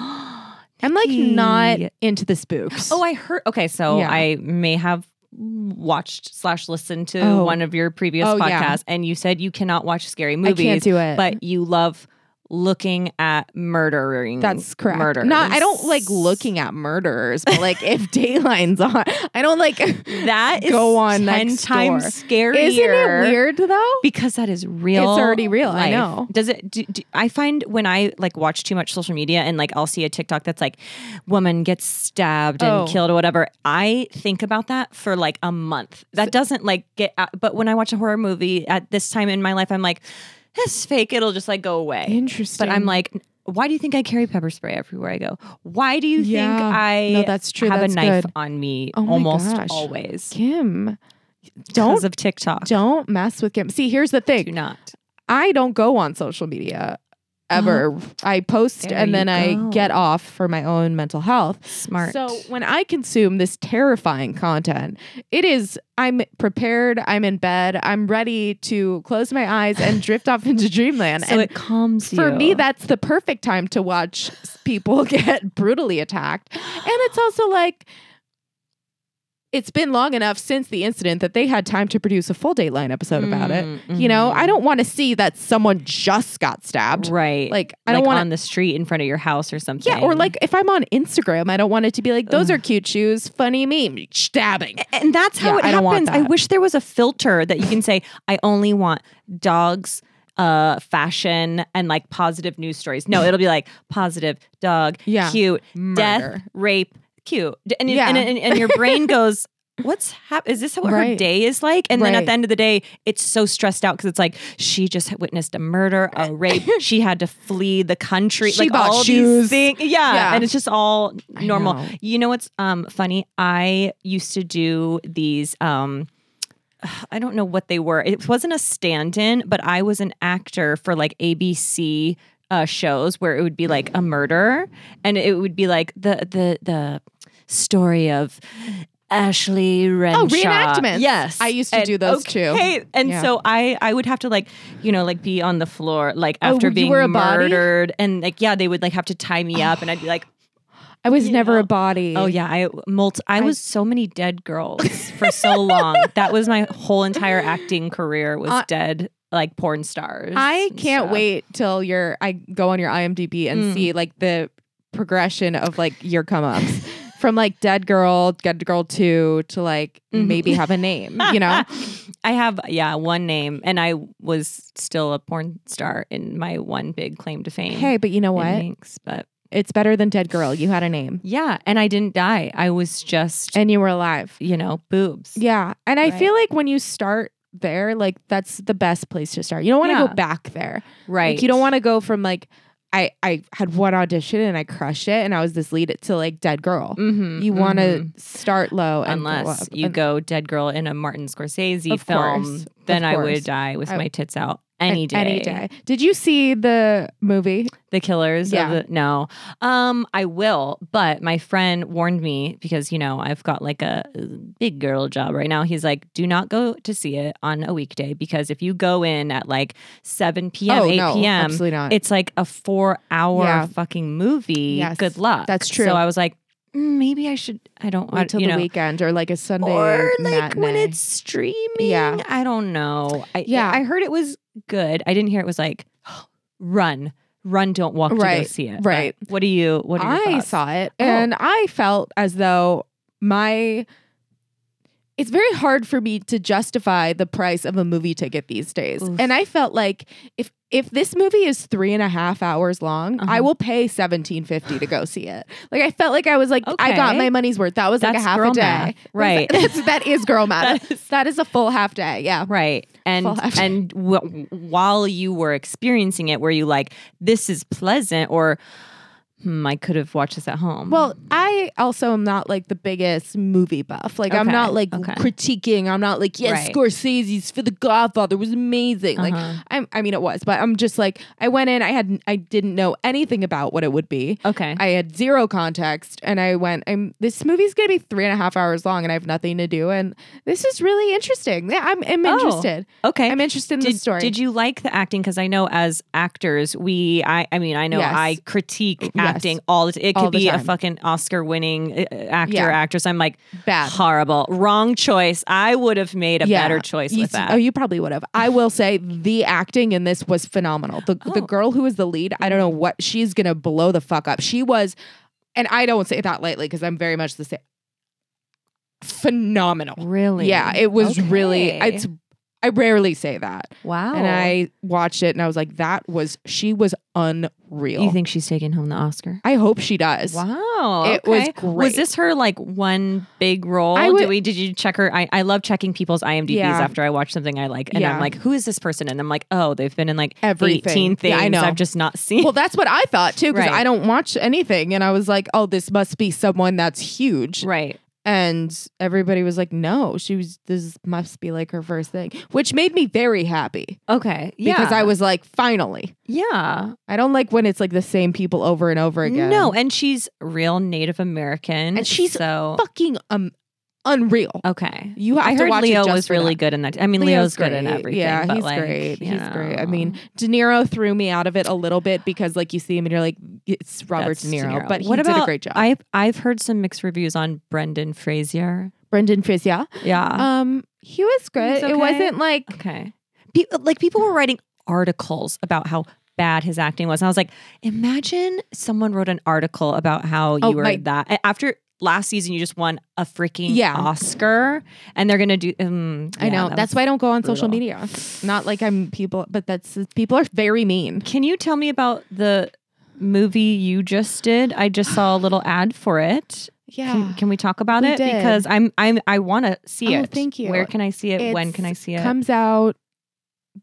Speaker 1: I'm like not into the spooks.
Speaker 2: Oh, I heard. Okay, so
Speaker 1: Yeah.
Speaker 2: I may have watched slash listened to
Speaker 1: Oh.
Speaker 2: one of your previous
Speaker 1: Oh,
Speaker 2: podcasts,
Speaker 1: yeah.
Speaker 2: and you said you cannot watch scary
Speaker 1: I
Speaker 2: movies,
Speaker 1: can't do it.
Speaker 2: but you love looking at murdering.
Speaker 1: that's correct.
Speaker 2: Murder.
Speaker 1: Not I don't like looking at murderers, but like if Dayline's on, I don't like.
Speaker 2: That is
Speaker 1: Go on
Speaker 2: ten
Speaker 1: next
Speaker 2: times
Speaker 1: door.
Speaker 2: scarier.
Speaker 1: Isn't it weird though?
Speaker 2: because that is real.
Speaker 1: already real, I
Speaker 2: life.
Speaker 1: know.
Speaker 2: Does it? Do, do, I find when I like watch too much social media and like I'll see a TikTok that's like, woman gets stabbed
Speaker 1: Oh.
Speaker 2: and killed or whatever. I think about that for like a month. That doesn't like get. Out, but when I watch a horror movie at this time in my life, I'm like, it's fake. It'll just like go away.
Speaker 1: Interesting.
Speaker 2: But I'm like. Why do you think I carry pepper spray everywhere I go? Why do you think
Speaker 1: Yeah.
Speaker 2: I
Speaker 1: No, that's true.
Speaker 2: have
Speaker 1: That's
Speaker 2: a knife
Speaker 1: good.
Speaker 2: on me
Speaker 1: Oh my
Speaker 2: almost
Speaker 1: gosh.
Speaker 2: always?
Speaker 1: Kim.
Speaker 2: Because
Speaker 1: Don't
Speaker 2: of TikTok.
Speaker 1: don't mess with Kim. See, here's the thing.
Speaker 2: Do not.
Speaker 1: I don't go on social media ever. I post
Speaker 2: There
Speaker 1: and then
Speaker 2: you
Speaker 1: I
Speaker 2: go.
Speaker 1: get off for my own mental health.
Speaker 2: Smart.
Speaker 1: So when I consume this terrifying content, it is I'm prepared, I'm in bed, I'm ready to close my eyes and drift off into dreamland.
Speaker 2: so
Speaker 1: and
Speaker 2: it calms you.
Speaker 1: for me that's the perfect time to watch people get brutally attacked. And it's also like it's been long enough since the incident that they had time to produce a full Dateline episode about it.
Speaker 2: Mm,
Speaker 1: You know,
Speaker 2: mhm.
Speaker 1: I don't want to see that someone just got stabbed.
Speaker 2: Mm-hmm. right.
Speaker 1: Like, I don't
Speaker 2: on
Speaker 1: want to.
Speaker 2: the street in front of your house or something.
Speaker 1: Yeah, or like if I'm on Instagram, I don't want it to be like, those are cute shoes, funny meme, stabbing.
Speaker 2: and that's how
Speaker 1: Yeah,
Speaker 2: it
Speaker 1: I don't want
Speaker 2: happens. I
Speaker 1: that.
Speaker 2: wish there was a filter that you can say, I only want dogs, uh, fashion, and like positive news stories. No, it'll be like positive dog,
Speaker 1: Yeah.
Speaker 2: cute, death,
Speaker 1: Murder.
Speaker 2: rape, cute, D- and
Speaker 1: Yeah.
Speaker 2: and, and, and your brain goes. What's hap- is this what her
Speaker 1: Right.
Speaker 2: day is like? And then
Speaker 1: Right.
Speaker 2: at the end of the day, it's so stressed out because it's like she just had witnessed a murder, a rape. she had to flee the country.
Speaker 1: She
Speaker 2: like
Speaker 1: bought
Speaker 2: all
Speaker 1: shoes.
Speaker 2: these things. Yeah.
Speaker 1: Yeah.
Speaker 2: and it's just all
Speaker 1: I
Speaker 2: normal.
Speaker 1: know.
Speaker 2: You know what's um funny? I used to do these um I don't know what they were. It wasn't a stand-in, but I was an actor for like ABC uh, shows where it would be like a murder, and it would be like the the the story of Ashley Renshaw.
Speaker 1: Oh, reenactments.
Speaker 2: Yes,
Speaker 1: I used to do those too.
Speaker 2: okay, And
Speaker 1: Yeah.
Speaker 2: so I I would have to like you know like be on the floor like
Speaker 1: Oh,
Speaker 2: after
Speaker 1: you
Speaker 2: being
Speaker 1: were a body?
Speaker 2: murdered, and like yeah, they would like have to tie me up, and I'd be like.
Speaker 1: I was
Speaker 2: You
Speaker 1: never
Speaker 2: know.
Speaker 1: a body.
Speaker 2: Oh yeah, I multi- I, was so many dead girls for so long. that was my whole entire acting career was
Speaker 1: Uh,
Speaker 2: dead like porn stars.
Speaker 1: I
Speaker 2: and
Speaker 1: can't
Speaker 2: stuff.
Speaker 1: wait till your I go on your IMDb and
Speaker 2: Mm.
Speaker 1: see like the progression of like your come ups from like Dead Girl, Dead Girl Two to like
Speaker 2: Mhm.
Speaker 1: maybe have a name. You know,
Speaker 2: I have yeah one name, and I was still a porn star in my one big claim to fame.
Speaker 1: hey, but you know
Speaker 2: in
Speaker 1: what?
Speaker 2: Winx, but
Speaker 1: It's better than Dead Girl. You had a name
Speaker 2: yeah, and I didn't die. I was just
Speaker 1: and you were alive.
Speaker 2: you know boobs.
Speaker 1: Yeah, and I
Speaker 2: Right.
Speaker 1: feel like when you start there, like that's the best place to start. You don't want to
Speaker 2: Yeah.
Speaker 1: go back there.
Speaker 2: right.
Speaker 1: Like you don't want to go from like I I had one audition and I crushed it and I was this lead to like dead girl.
Speaker 2: Mhm,
Speaker 1: You want to
Speaker 2: mhm.
Speaker 1: start low and go up.
Speaker 2: unless you
Speaker 1: And-
Speaker 2: go dead girl in a Martin Scorsese
Speaker 1: Of
Speaker 2: film,
Speaker 1: course, of
Speaker 2: then I
Speaker 1: course.
Speaker 2: would die with
Speaker 1: I-
Speaker 2: my tits out any day.
Speaker 1: Any day. Did you see the movie?
Speaker 2: The killers. of
Speaker 1: Yeah.
Speaker 2: the- no. Um, I will, but my friend warned me because you know I've got like a uh, big girl job right now. He's like, do not go to see it on a weekday because if you go in at like seven p.m.,
Speaker 1: oh
Speaker 2: eight
Speaker 1: no,
Speaker 2: p.m.,
Speaker 1: absolutely not.
Speaker 2: it's like a four-hour
Speaker 1: Yeah.
Speaker 2: fucking movie.
Speaker 1: Yes,
Speaker 2: Good luck.
Speaker 1: that's true.
Speaker 2: So I was like, "Mm, maybe I should. I don't
Speaker 1: Wait
Speaker 2: want
Speaker 1: till
Speaker 2: you
Speaker 1: the
Speaker 2: know.
Speaker 1: weekend or like a Sunday
Speaker 2: or like when
Speaker 1: matinee.
Speaker 2: it's streaming.
Speaker 1: Yeah.
Speaker 2: I don't know. I,
Speaker 1: Yeah.
Speaker 2: I heard it was good. I didn't hear it was like run, run, don't walk to go
Speaker 1: Right,
Speaker 2: see it.
Speaker 1: right.
Speaker 2: But What do you? What are your
Speaker 1: I
Speaker 2: thoughts? Oh.
Speaker 1: saw it and I felt as though my it's very hard for me to justify the price of a movie ticket these days.
Speaker 2: Oof.
Speaker 1: And I felt like if if this movie is three and a half hours long, I
Speaker 2: Uh-huh.
Speaker 1: will pay seventeen fifty to go see it. Like I felt like I was like I got
Speaker 2: Okay.
Speaker 1: my money's worth. That was like
Speaker 2: That's
Speaker 1: a half
Speaker 2: girl
Speaker 1: a day.
Speaker 2: math. Right.
Speaker 1: That's, that is girl math.
Speaker 2: That is-
Speaker 1: that is a full half day. Yeah.
Speaker 2: Right. And
Speaker 1: Full effort.
Speaker 2: and w- while you were experiencing it, were you like, this is pleasant, or hmm, I could have watched this at home?
Speaker 1: Well, I also am not like the biggest movie buff. Like I'm
Speaker 2: Okay,
Speaker 1: not like
Speaker 2: okay.
Speaker 1: critiquing. I'm not like yes,
Speaker 2: Right.
Speaker 1: Scorsese's for The Godfather was amazing.
Speaker 2: Uh-huh.
Speaker 1: Like I'm, I mean it was, but I'm just like I went in. I had I didn't know anything about what it would be.
Speaker 2: okay.
Speaker 1: I had zero context, and I went. I'm this movie's gonna be three and a half hours long, and I have nothing to do. And this is really interesting. Yeah, I'm, I'm
Speaker 2: Oh,
Speaker 1: interested.
Speaker 2: okay.
Speaker 1: I'm interested in
Speaker 2: did,
Speaker 1: the story.
Speaker 2: Did you like the acting? Because I know as actors, we I I mean I know
Speaker 1: Yes. Mm,
Speaker 2: I critique
Speaker 1: Yes.
Speaker 2: acting all the time. It
Speaker 1: All
Speaker 2: could
Speaker 1: the
Speaker 2: be a
Speaker 1: time.
Speaker 2: fucking Oscar winning actor
Speaker 1: Yeah.
Speaker 2: actress. I'm like
Speaker 1: Bad.
Speaker 2: horrible, wrong choice. I would have made a better choice
Speaker 1: You
Speaker 2: with
Speaker 1: s-
Speaker 2: that.
Speaker 1: Oh, you probably would have. I will say the acting in this was phenomenal. The the
Speaker 2: Oh.
Speaker 1: girl who was the lead, I don't know what she's gonna blow the fuck up. She was, and I don't say that lightly because I'm very much the same. Phenomenal.
Speaker 2: really?
Speaker 1: oh, Yeah, it was really.
Speaker 2: Okay. Oh.
Speaker 1: It's. I rarely say that,
Speaker 2: wow.
Speaker 1: and I watched it and I was like, that was she was unreal.
Speaker 2: you think she's taking home the Oscar?
Speaker 1: I hope she does.
Speaker 2: Wow.
Speaker 1: It was
Speaker 2: okay. Was
Speaker 1: great.
Speaker 2: this her like one big role?
Speaker 1: I
Speaker 2: Did
Speaker 1: would-
Speaker 2: we did you check her? I, I love checking people's IMDBs
Speaker 1: Yeah.
Speaker 2: after I watch something I like. And
Speaker 1: Yeah.
Speaker 2: I'm like, who is this person? And I'm like, oh, they've been in like
Speaker 1: Everything.
Speaker 2: 18 things
Speaker 1: Yeah, I know.
Speaker 2: I've just not seen.
Speaker 1: Well, that's what I thought too, because
Speaker 2: Right.
Speaker 1: I don't watch anything, and I was like, "Oh, this must be someone that's huge."
Speaker 2: right.
Speaker 1: and everybody was like no she was this must be like her first thing which made me very happy
Speaker 2: Okay. Yeah.
Speaker 1: because i was like finally
Speaker 2: Yeah.
Speaker 1: i don't like when it's like the same people over and over again
Speaker 2: No, and she's real Native American.
Speaker 1: And she's
Speaker 2: so
Speaker 1: fucking um unreal
Speaker 2: okay.
Speaker 1: you have
Speaker 2: I
Speaker 1: to
Speaker 2: heard
Speaker 1: watch it
Speaker 2: Leo
Speaker 1: just
Speaker 2: was
Speaker 1: for
Speaker 2: really
Speaker 1: that.
Speaker 2: good in that. I mean, Leo's, good in
Speaker 1: great.
Speaker 2: everything.
Speaker 1: Yeah,
Speaker 2: but
Speaker 1: he's
Speaker 2: like,
Speaker 1: great.
Speaker 2: you
Speaker 1: He's great. I
Speaker 2: know.
Speaker 1: mean, De Niro threw me out of it a little bit because, like, you see him and you're like, it's Robert
Speaker 2: That's
Speaker 1: De Niro, but he
Speaker 2: what about,
Speaker 1: did a great job.
Speaker 2: I've I've heard some mixed reviews on Brendan Fraser.
Speaker 1: Brendan Fraser,
Speaker 2: Yeah.
Speaker 1: um, he was good.
Speaker 2: okay.
Speaker 1: It wasn't like
Speaker 2: okay. Pe- like people were writing articles about how bad his acting was. And I was like, imagine someone wrote an article about how you
Speaker 1: Oh,
Speaker 2: were
Speaker 1: my-
Speaker 2: that a- after last season you just won a freaking
Speaker 1: Yeah.
Speaker 2: Oscar and they're going to do um,
Speaker 1: I know. That's
Speaker 2: why.
Speaker 1: why I don't go on social
Speaker 2: brutal.
Speaker 1: media. Not like I'm people, but that's people are very mean.
Speaker 2: Can you tell me about the movie you just did? I just saw a little ad for it. Can, can we talk about
Speaker 1: We
Speaker 2: it?
Speaker 1: did.
Speaker 2: Because I'm I'm I want to see
Speaker 1: Oh,
Speaker 2: it.
Speaker 1: thank you.
Speaker 2: Where can I see it? when can I see it?
Speaker 1: Comes out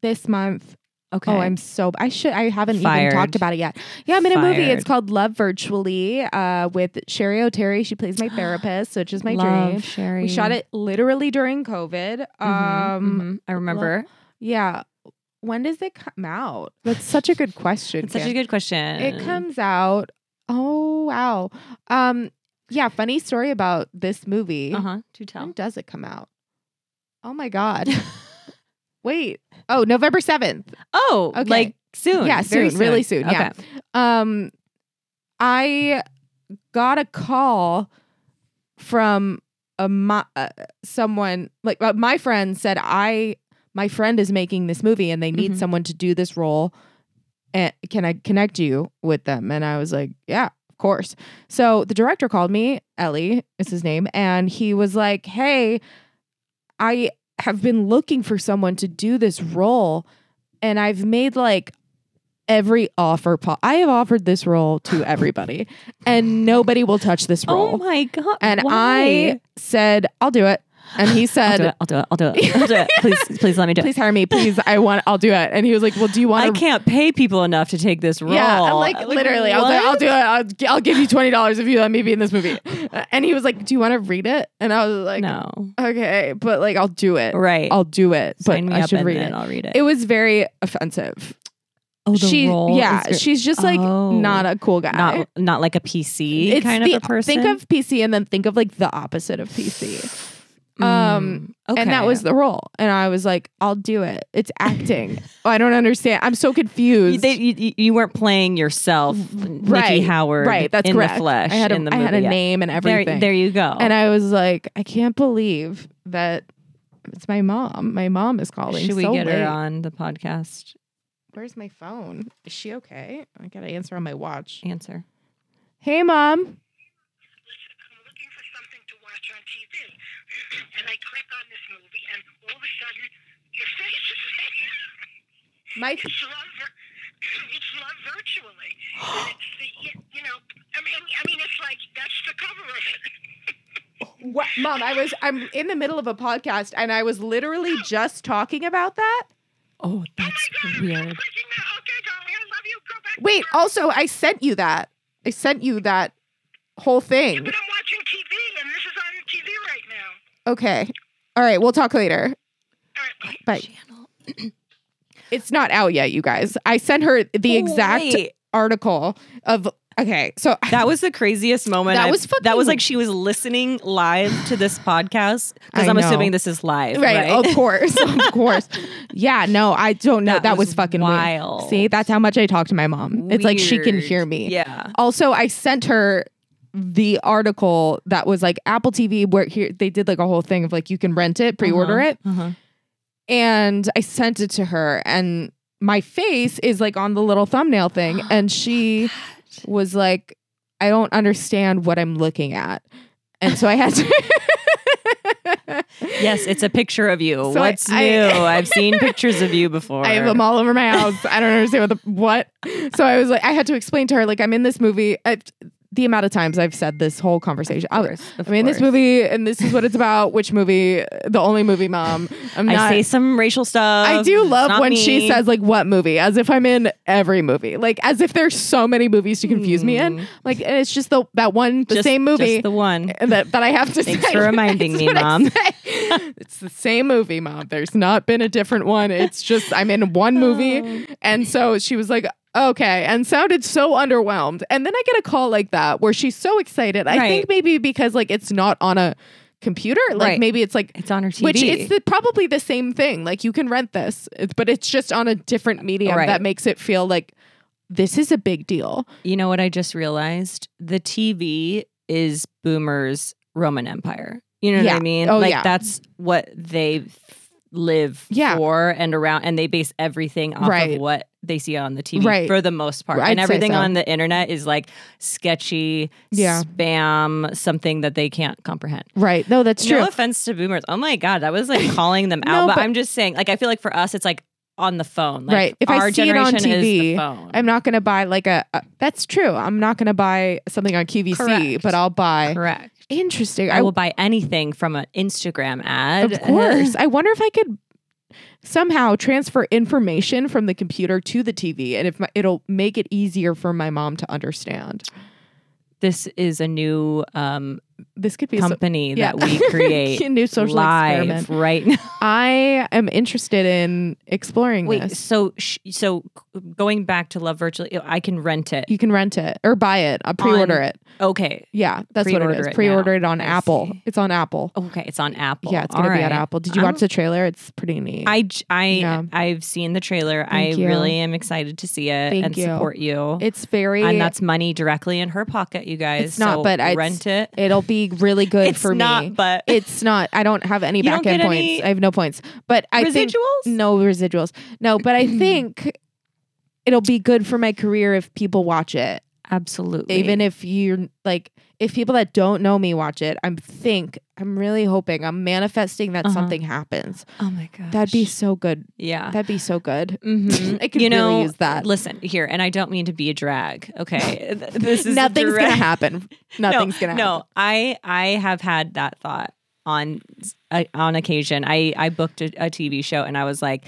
Speaker 1: this month.
Speaker 2: okay.
Speaker 1: Oh, I'm so I should I haven't
Speaker 2: Fired.
Speaker 1: even talked about it yet. Yeah, I'm in a movie. It's
Speaker 2: Fired.
Speaker 1: called Love Virtually uh, with Sherry O'Terry. She plays my therapist, which is my
Speaker 2: Love,
Speaker 1: dream.
Speaker 2: Sherry.
Speaker 1: We shot it literally during COVID.
Speaker 2: Mhm,
Speaker 1: Um,
Speaker 2: mhm. I remember.
Speaker 1: yeah. When does it come out? That's such a good question.
Speaker 2: It's such
Speaker 1: Kim.
Speaker 2: a good question.
Speaker 1: It comes out. Oh wow. Um yeah, funny story about this movie.
Speaker 2: Uh huh. To
Speaker 1: When
Speaker 2: tell.
Speaker 1: does it come out? Oh my god. Wait. Oh, November 7th.
Speaker 2: Oh,
Speaker 1: Okay.
Speaker 2: like soon.
Speaker 1: Yeah,
Speaker 2: very
Speaker 1: soon, really soon, yeah.
Speaker 2: Okay.
Speaker 1: Um I got a call from a mo- uh, someone like uh, my friend said I my friend is making this movie and they need
Speaker 2: Mhm.
Speaker 1: someone to do this role. And can I connect you with them? And I was like, yeah, of course. So the director called me, Ellie is his name, and he was like, hey, I have been looking for someone to do this role and I've made like every offer po- I have offered this role to everybody and nobody will touch this role.
Speaker 2: Oh my god.
Speaker 1: and
Speaker 2: Oh Why?
Speaker 1: I said, I'll do it. And he
Speaker 2: I'll do
Speaker 1: said,
Speaker 2: it. I'll do it. I'll do it. I'll do it. Please, please let me do it.
Speaker 1: please hire me. Please, I want, I'll do it. And he was like, well, do you want
Speaker 2: I
Speaker 1: to
Speaker 2: can't pay people enough to take this role.
Speaker 1: Yeah, I'm like, literally. I was like, I'll do it. I'll, gi- I'll give you twenty dollars if you let me be in this movie. Uh, And he was like, "Do you want to read it?" And I was like,
Speaker 2: no,
Speaker 1: "Okay, but like, I'll do it.
Speaker 2: right.
Speaker 1: I'll do it.
Speaker 2: Sign
Speaker 1: but
Speaker 2: me
Speaker 1: I
Speaker 2: up
Speaker 1: should
Speaker 2: and
Speaker 1: read
Speaker 2: then
Speaker 1: it."
Speaker 2: I'll read it.
Speaker 1: It was very offensive.
Speaker 2: oh,
Speaker 1: she, yeah,
Speaker 2: is
Speaker 1: she's just like
Speaker 2: Oh.
Speaker 1: not a cool guy.
Speaker 2: not not like a PC
Speaker 1: It's
Speaker 2: kind
Speaker 1: the-
Speaker 2: of a person.
Speaker 1: Think of PC and then think of like the opposite of PC. um,
Speaker 2: Mm, okay.
Speaker 1: And that was the role. And I was like, I'll do it. It's acting. I don't understand. I'm so confused.
Speaker 2: They- you, you- you weren't playing yourself, Nikki Howard,
Speaker 1: Right, that's
Speaker 2: in
Speaker 1: correct.
Speaker 2: the flesh.
Speaker 1: I had a,
Speaker 2: in the
Speaker 1: I had a
Speaker 2: movie. Yeah.
Speaker 1: name and
Speaker 2: There,
Speaker 1: everything.
Speaker 2: there you go.
Speaker 1: And I was like, I can't believe that it's my mom. My mom is calling.
Speaker 2: Should we
Speaker 1: so
Speaker 2: get
Speaker 1: late.
Speaker 2: her on the podcast?
Speaker 1: Where's my phone? Is she okay? I gotta answer on my watch.
Speaker 2: Answer.
Speaker 1: Hey, mom.
Speaker 5: I'm looking for something to watch on TV. And I click on this movie, and all of a sudden, your face is there.
Speaker 1: My
Speaker 5: It's love, vir- it's love virtually. And it's the, you- you know, I mean, I mean, it's like, that's the cover of it.
Speaker 1: what, mom? I was. I'm in the middle of a podcast, and I was literally just talking about that.
Speaker 2: Oh, that's weird.
Speaker 5: Clicking that, okay, darling, I love you. Go back. to
Speaker 1: Wait.
Speaker 5: work."
Speaker 1: Also, I sent you that. I sent you that whole thing.
Speaker 5: But I'm watching TV, and this is on TV right now.
Speaker 1: Okay. All right. We'll talk later.
Speaker 5: All right, bye.
Speaker 1: Bye. It's not out yet, you guys. I sent her the exact
Speaker 2: Oh, Wait.
Speaker 1: article of. Okay, so
Speaker 2: That was the craziest moment.
Speaker 1: That
Speaker 2: I've-
Speaker 1: was fucking-
Speaker 2: that was like she was listening live to this podcast because
Speaker 1: I
Speaker 2: I'm
Speaker 1: know.
Speaker 2: assuming this is live,
Speaker 1: right,
Speaker 2: right?
Speaker 1: of course, of course. Yeah, no, I don't know. That,
Speaker 2: That
Speaker 1: was,
Speaker 2: was
Speaker 1: fucking weird.
Speaker 2: wild.
Speaker 1: See, that's how much I talk to my mom. It's like she can
Speaker 2: Weird.
Speaker 1: hear me.
Speaker 2: Yeah.
Speaker 1: Also, I sent her the article that was like Apple TV where here they did like a whole thing of like you can rent it, pre-order it,
Speaker 2: Uh-huh.
Speaker 1: and I sent it to her and my face is like on the little thumbnail thing and she was like I don't understand what I'm looking at. And so I had to
Speaker 2: Yes, it's a picture of you.
Speaker 1: I-
Speaker 2: What's
Speaker 1: I-
Speaker 2: new? I've seen pictures of you before.
Speaker 1: I have them all over my house. I don't understand what the what. So I was like, I had to explain to her, like, I'm in this movie. I, the amount of times I've said this whole conversation. I-
Speaker 2: of
Speaker 1: I'm in this
Speaker 2: course.
Speaker 1: movie, and this is what it's about. Which movie? The only movie, mom. I'm
Speaker 2: I
Speaker 1: not.
Speaker 2: say some racial stuff.
Speaker 1: I do
Speaker 2: It's
Speaker 1: love
Speaker 2: not
Speaker 1: when she
Speaker 2: me.
Speaker 1: says like what movie, as if I'm in every movie, like as if there's so many movies to confuse me in. Like and it's just the that one, the
Speaker 2: Hmm. Just-
Speaker 1: same movie
Speaker 2: just the one.
Speaker 1: that, that I have to.
Speaker 2: Thanks
Speaker 1: say.
Speaker 2: for reminding
Speaker 1: That's
Speaker 2: me,
Speaker 1: what I
Speaker 2: Mom.
Speaker 1: say. it's the same movie, Mom. There's not been a different one. It's just I'm in one movie,
Speaker 2: Oh.
Speaker 1: and so she was like, "Okay," and sounded so underwhelmed. And then I get a call like that where she's so excited. I
Speaker 2: Right.
Speaker 1: think maybe because like it's not on a computer, like
Speaker 2: Right.
Speaker 1: maybe it's like
Speaker 2: It's on her TV.
Speaker 1: which it's the, probably the same thing. Like you can rent this, it's, but it's just on a different medium
Speaker 2: Right.
Speaker 1: that makes it feel like this is a big deal.
Speaker 2: You know what I just realized? The TV is boomers Roman Empire. You know what
Speaker 1: Yeah.
Speaker 2: I mean?
Speaker 1: Oh,
Speaker 2: like
Speaker 1: yeah.
Speaker 2: that's what they f- live
Speaker 1: Yeah.
Speaker 2: for and around and they base everything off
Speaker 1: Right.
Speaker 2: of what they see on the TV
Speaker 1: Right.
Speaker 2: for the most part.
Speaker 1: I'd
Speaker 2: and
Speaker 1: say
Speaker 2: everything
Speaker 1: so.
Speaker 2: on the internet is like sketchy,
Speaker 1: Yeah.
Speaker 2: spam, something that they can't comprehend.
Speaker 1: Right? No, that's
Speaker 2: No offense to boomers. Oh my god, that was like calling them
Speaker 1: No,
Speaker 2: out. But,
Speaker 1: but-
Speaker 2: I'm just saying, like, I feel like for us, it's like on the phone. Like,
Speaker 1: Right. If I
Speaker 2: our
Speaker 1: see it on
Speaker 2: generation is
Speaker 1: TV,
Speaker 2: the phone.
Speaker 1: I'm not going to buy like a, a- That's true. I'm not going to buy something on QVC,
Speaker 2: Correct.
Speaker 1: but I'll buy.
Speaker 2: correct.
Speaker 1: Interesting.
Speaker 2: I
Speaker 1: I,
Speaker 2: will buy anything from an Instagram ad.
Speaker 1: of course. I wonder if I could somehow transfer information from the computer to the TV, and if my, it'll make it easier for my mom to understand.
Speaker 2: this is a new um,
Speaker 1: This could be so-
Speaker 2: company
Speaker 1: yeah.
Speaker 2: that we
Speaker 1: A
Speaker 2: create
Speaker 1: new social
Speaker 2: live
Speaker 1: experiment.
Speaker 2: right now.
Speaker 1: I am interested in exploring
Speaker 2: Wait,
Speaker 1: this.
Speaker 2: so sh- so c- going back to Love Virtually, I can rent it.
Speaker 1: You can rent it or buy it. I'll pre-order
Speaker 2: On-
Speaker 1: it.
Speaker 2: Okay,
Speaker 1: Yeah, that's what
Speaker 2: Pre-order
Speaker 1: it
Speaker 2: it
Speaker 1: is.
Speaker 2: now.
Speaker 1: pre-order it on
Speaker 2: I
Speaker 1: Apple.
Speaker 2: see.
Speaker 1: It's on Apple.
Speaker 2: okay, it's on Apple.
Speaker 1: Yeah, it's gonna
Speaker 2: All
Speaker 1: be on
Speaker 2: right.
Speaker 1: Apple. Did you
Speaker 2: I'm-
Speaker 1: watch the trailer? It's pretty neat.
Speaker 2: I j- I
Speaker 1: Yeah.
Speaker 2: have seen the trailer.
Speaker 1: Thank
Speaker 2: I
Speaker 1: you.
Speaker 2: really am excited to see it
Speaker 1: Thank
Speaker 2: and
Speaker 1: you.
Speaker 2: support you.
Speaker 1: It's very.
Speaker 2: and that's money directly in her pocket, you guys.
Speaker 1: It's not,
Speaker 2: So
Speaker 1: but it's-
Speaker 2: rent it.
Speaker 1: it'll be really good
Speaker 2: it's
Speaker 1: for
Speaker 2: not,
Speaker 1: me.
Speaker 2: but
Speaker 1: it's not. I don't have any
Speaker 2: You don't
Speaker 1: back end
Speaker 2: get
Speaker 1: points.
Speaker 2: any
Speaker 1: I have no points. But I think
Speaker 2: residuals.
Speaker 1: no residuals. No, but I think it'll be good for my career if people watch it.
Speaker 2: Absolutely.
Speaker 1: Even if you're like, if people that don't know me watch it, I'm think I'm really hoping I'm manifesting that
Speaker 2: Uh-huh.
Speaker 1: something happens.
Speaker 2: oh my god,
Speaker 1: That'd be so good.
Speaker 2: yeah.
Speaker 1: That'd be so good.
Speaker 2: Mhm.
Speaker 1: I could
Speaker 2: you know,
Speaker 1: really use that.
Speaker 2: Listen here, and I don't mean to be a drag. Okay, Th- this is a
Speaker 1: Nothing's
Speaker 2: direct-
Speaker 1: gonna happen. Nothing's
Speaker 2: no,
Speaker 1: gonna happen.
Speaker 2: No, I I have had that thought on uh, on occasion. I I booked a, a TV show and I was like,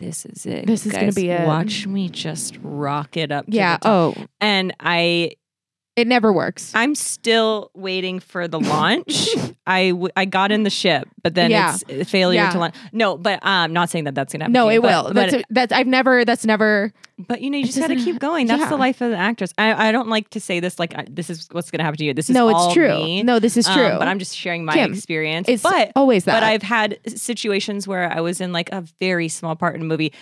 Speaker 2: this is it.
Speaker 1: This is gonna
Speaker 2: guys.
Speaker 1: be it."
Speaker 2: Watch me just rock it up. to
Speaker 1: Yeah.
Speaker 2: the top."
Speaker 1: Oh,
Speaker 2: and I
Speaker 1: it never works.
Speaker 2: I'm still waiting for the launch. I, w- I got in the ship, but then
Speaker 1: Yeah.
Speaker 2: it's a failure
Speaker 1: Yeah.
Speaker 2: to launch. No, but uh, I'm not saying that that's gonna happen.
Speaker 1: No,
Speaker 2: to
Speaker 1: it
Speaker 2: you, but-
Speaker 1: will.
Speaker 2: But,
Speaker 1: that's that's. I've never. That's never.
Speaker 2: but you know, you
Speaker 1: it
Speaker 2: just got to
Speaker 1: doesn't
Speaker 2: keep going. That's
Speaker 1: yeah.
Speaker 2: the life of an actress. I, I don't like to say this like I, this is what's gonna happen to you. This is
Speaker 1: No,
Speaker 2: all
Speaker 1: it's true.
Speaker 2: me.
Speaker 1: No, this is
Speaker 2: Um,
Speaker 1: true.
Speaker 2: but I'm just sharing my
Speaker 1: Kim,
Speaker 2: experience.
Speaker 1: It's
Speaker 2: but
Speaker 1: always that.
Speaker 2: but I've had situations where I was in like a very small part in a movie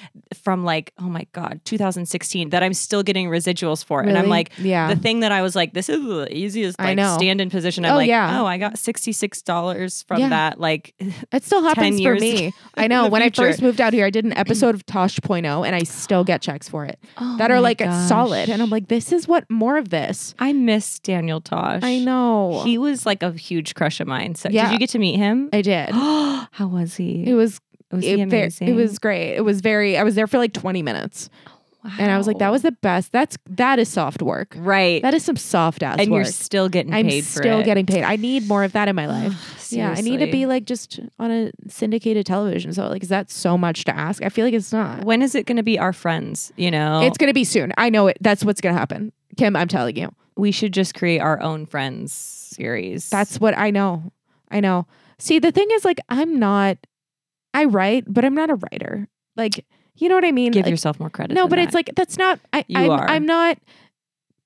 Speaker 2: from like, oh my God, 2016 that I'm still getting residuals for. And I'm
Speaker 1: Really?
Speaker 2: like,
Speaker 1: Yeah.
Speaker 2: the thing that I was like, this is the easiest
Speaker 1: I
Speaker 2: like
Speaker 1: know.
Speaker 2: stand in position. I'm
Speaker 1: Oh,
Speaker 2: like,
Speaker 1: yeah.
Speaker 2: oh, I got $66 from
Speaker 1: Yeah.
Speaker 2: that. Like,
Speaker 1: It still happens for
Speaker 2: years
Speaker 1: me. I
Speaker 2: in
Speaker 1: know.
Speaker 2: the
Speaker 1: When
Speaker 2: future. Mm.
Speaker 1: I first moved out here, I did an episode of Tosh.0 and I still get checks for it
Speaker 2: Oh
Speaker 1: that are like solid. Oh And I'm like, this is what more of this.
Speaker 2: I miss Daniel Tosh.
Speaker 1: I know.
Speaker 2: He was like a huge crush of mine. So
Speaker 1: Yeah.
Speaker 2: did you get to meet him?
Speaker 1: I did.
Speaker 2: How was he?
Speaker 1: It was
Speaker 2: was
Speaker 1: it, ver-
Speaker 2: he amazing?
Speaker 1: it was great. It was very I was there for like 20 minutes. And I was like, that was the best. That's that is soft work.
Speaker 2: right.
Speaker 1: That is some soft ass
Speaker 2: and
Speaker 1: work.
Speaker 2: you're still getting
Speaker 1: I'm
Speaker 2: paid for
Speaker 1: still
Speaker 2: it.
Speaker 1: getting paid. I need more of that in my life. yeah, I need to
Speaker 2: Seriously.
Speaker 1: be like just on a syndicated television. So like is that so much to ask? I feel like it's not.
Speaker 2: when is it going to be our friends? You know,
Speaker 1: It's gonna be soon. I know it. That's what's gonna happen. Kim, I'm telling you.
Speaker 2: we should just create our own friends series.
Speaker 1: That's what I know. I know. See, the thing is, like, I'm not. I write, but I'm not a writer. Like, you know what I mean?
Speaker 2: give
Speaker 1: Like,
Speaker 2: yourself more credit.
Speaker 1: No,
Speaker 2: than
Speaker 1: but
Speaker 2: that.
Speaker 1: it's like that's not. I,
Speaker 2: You
Speaker 1: I'm,
Speaker 2: are.
Speaker 1: I'm not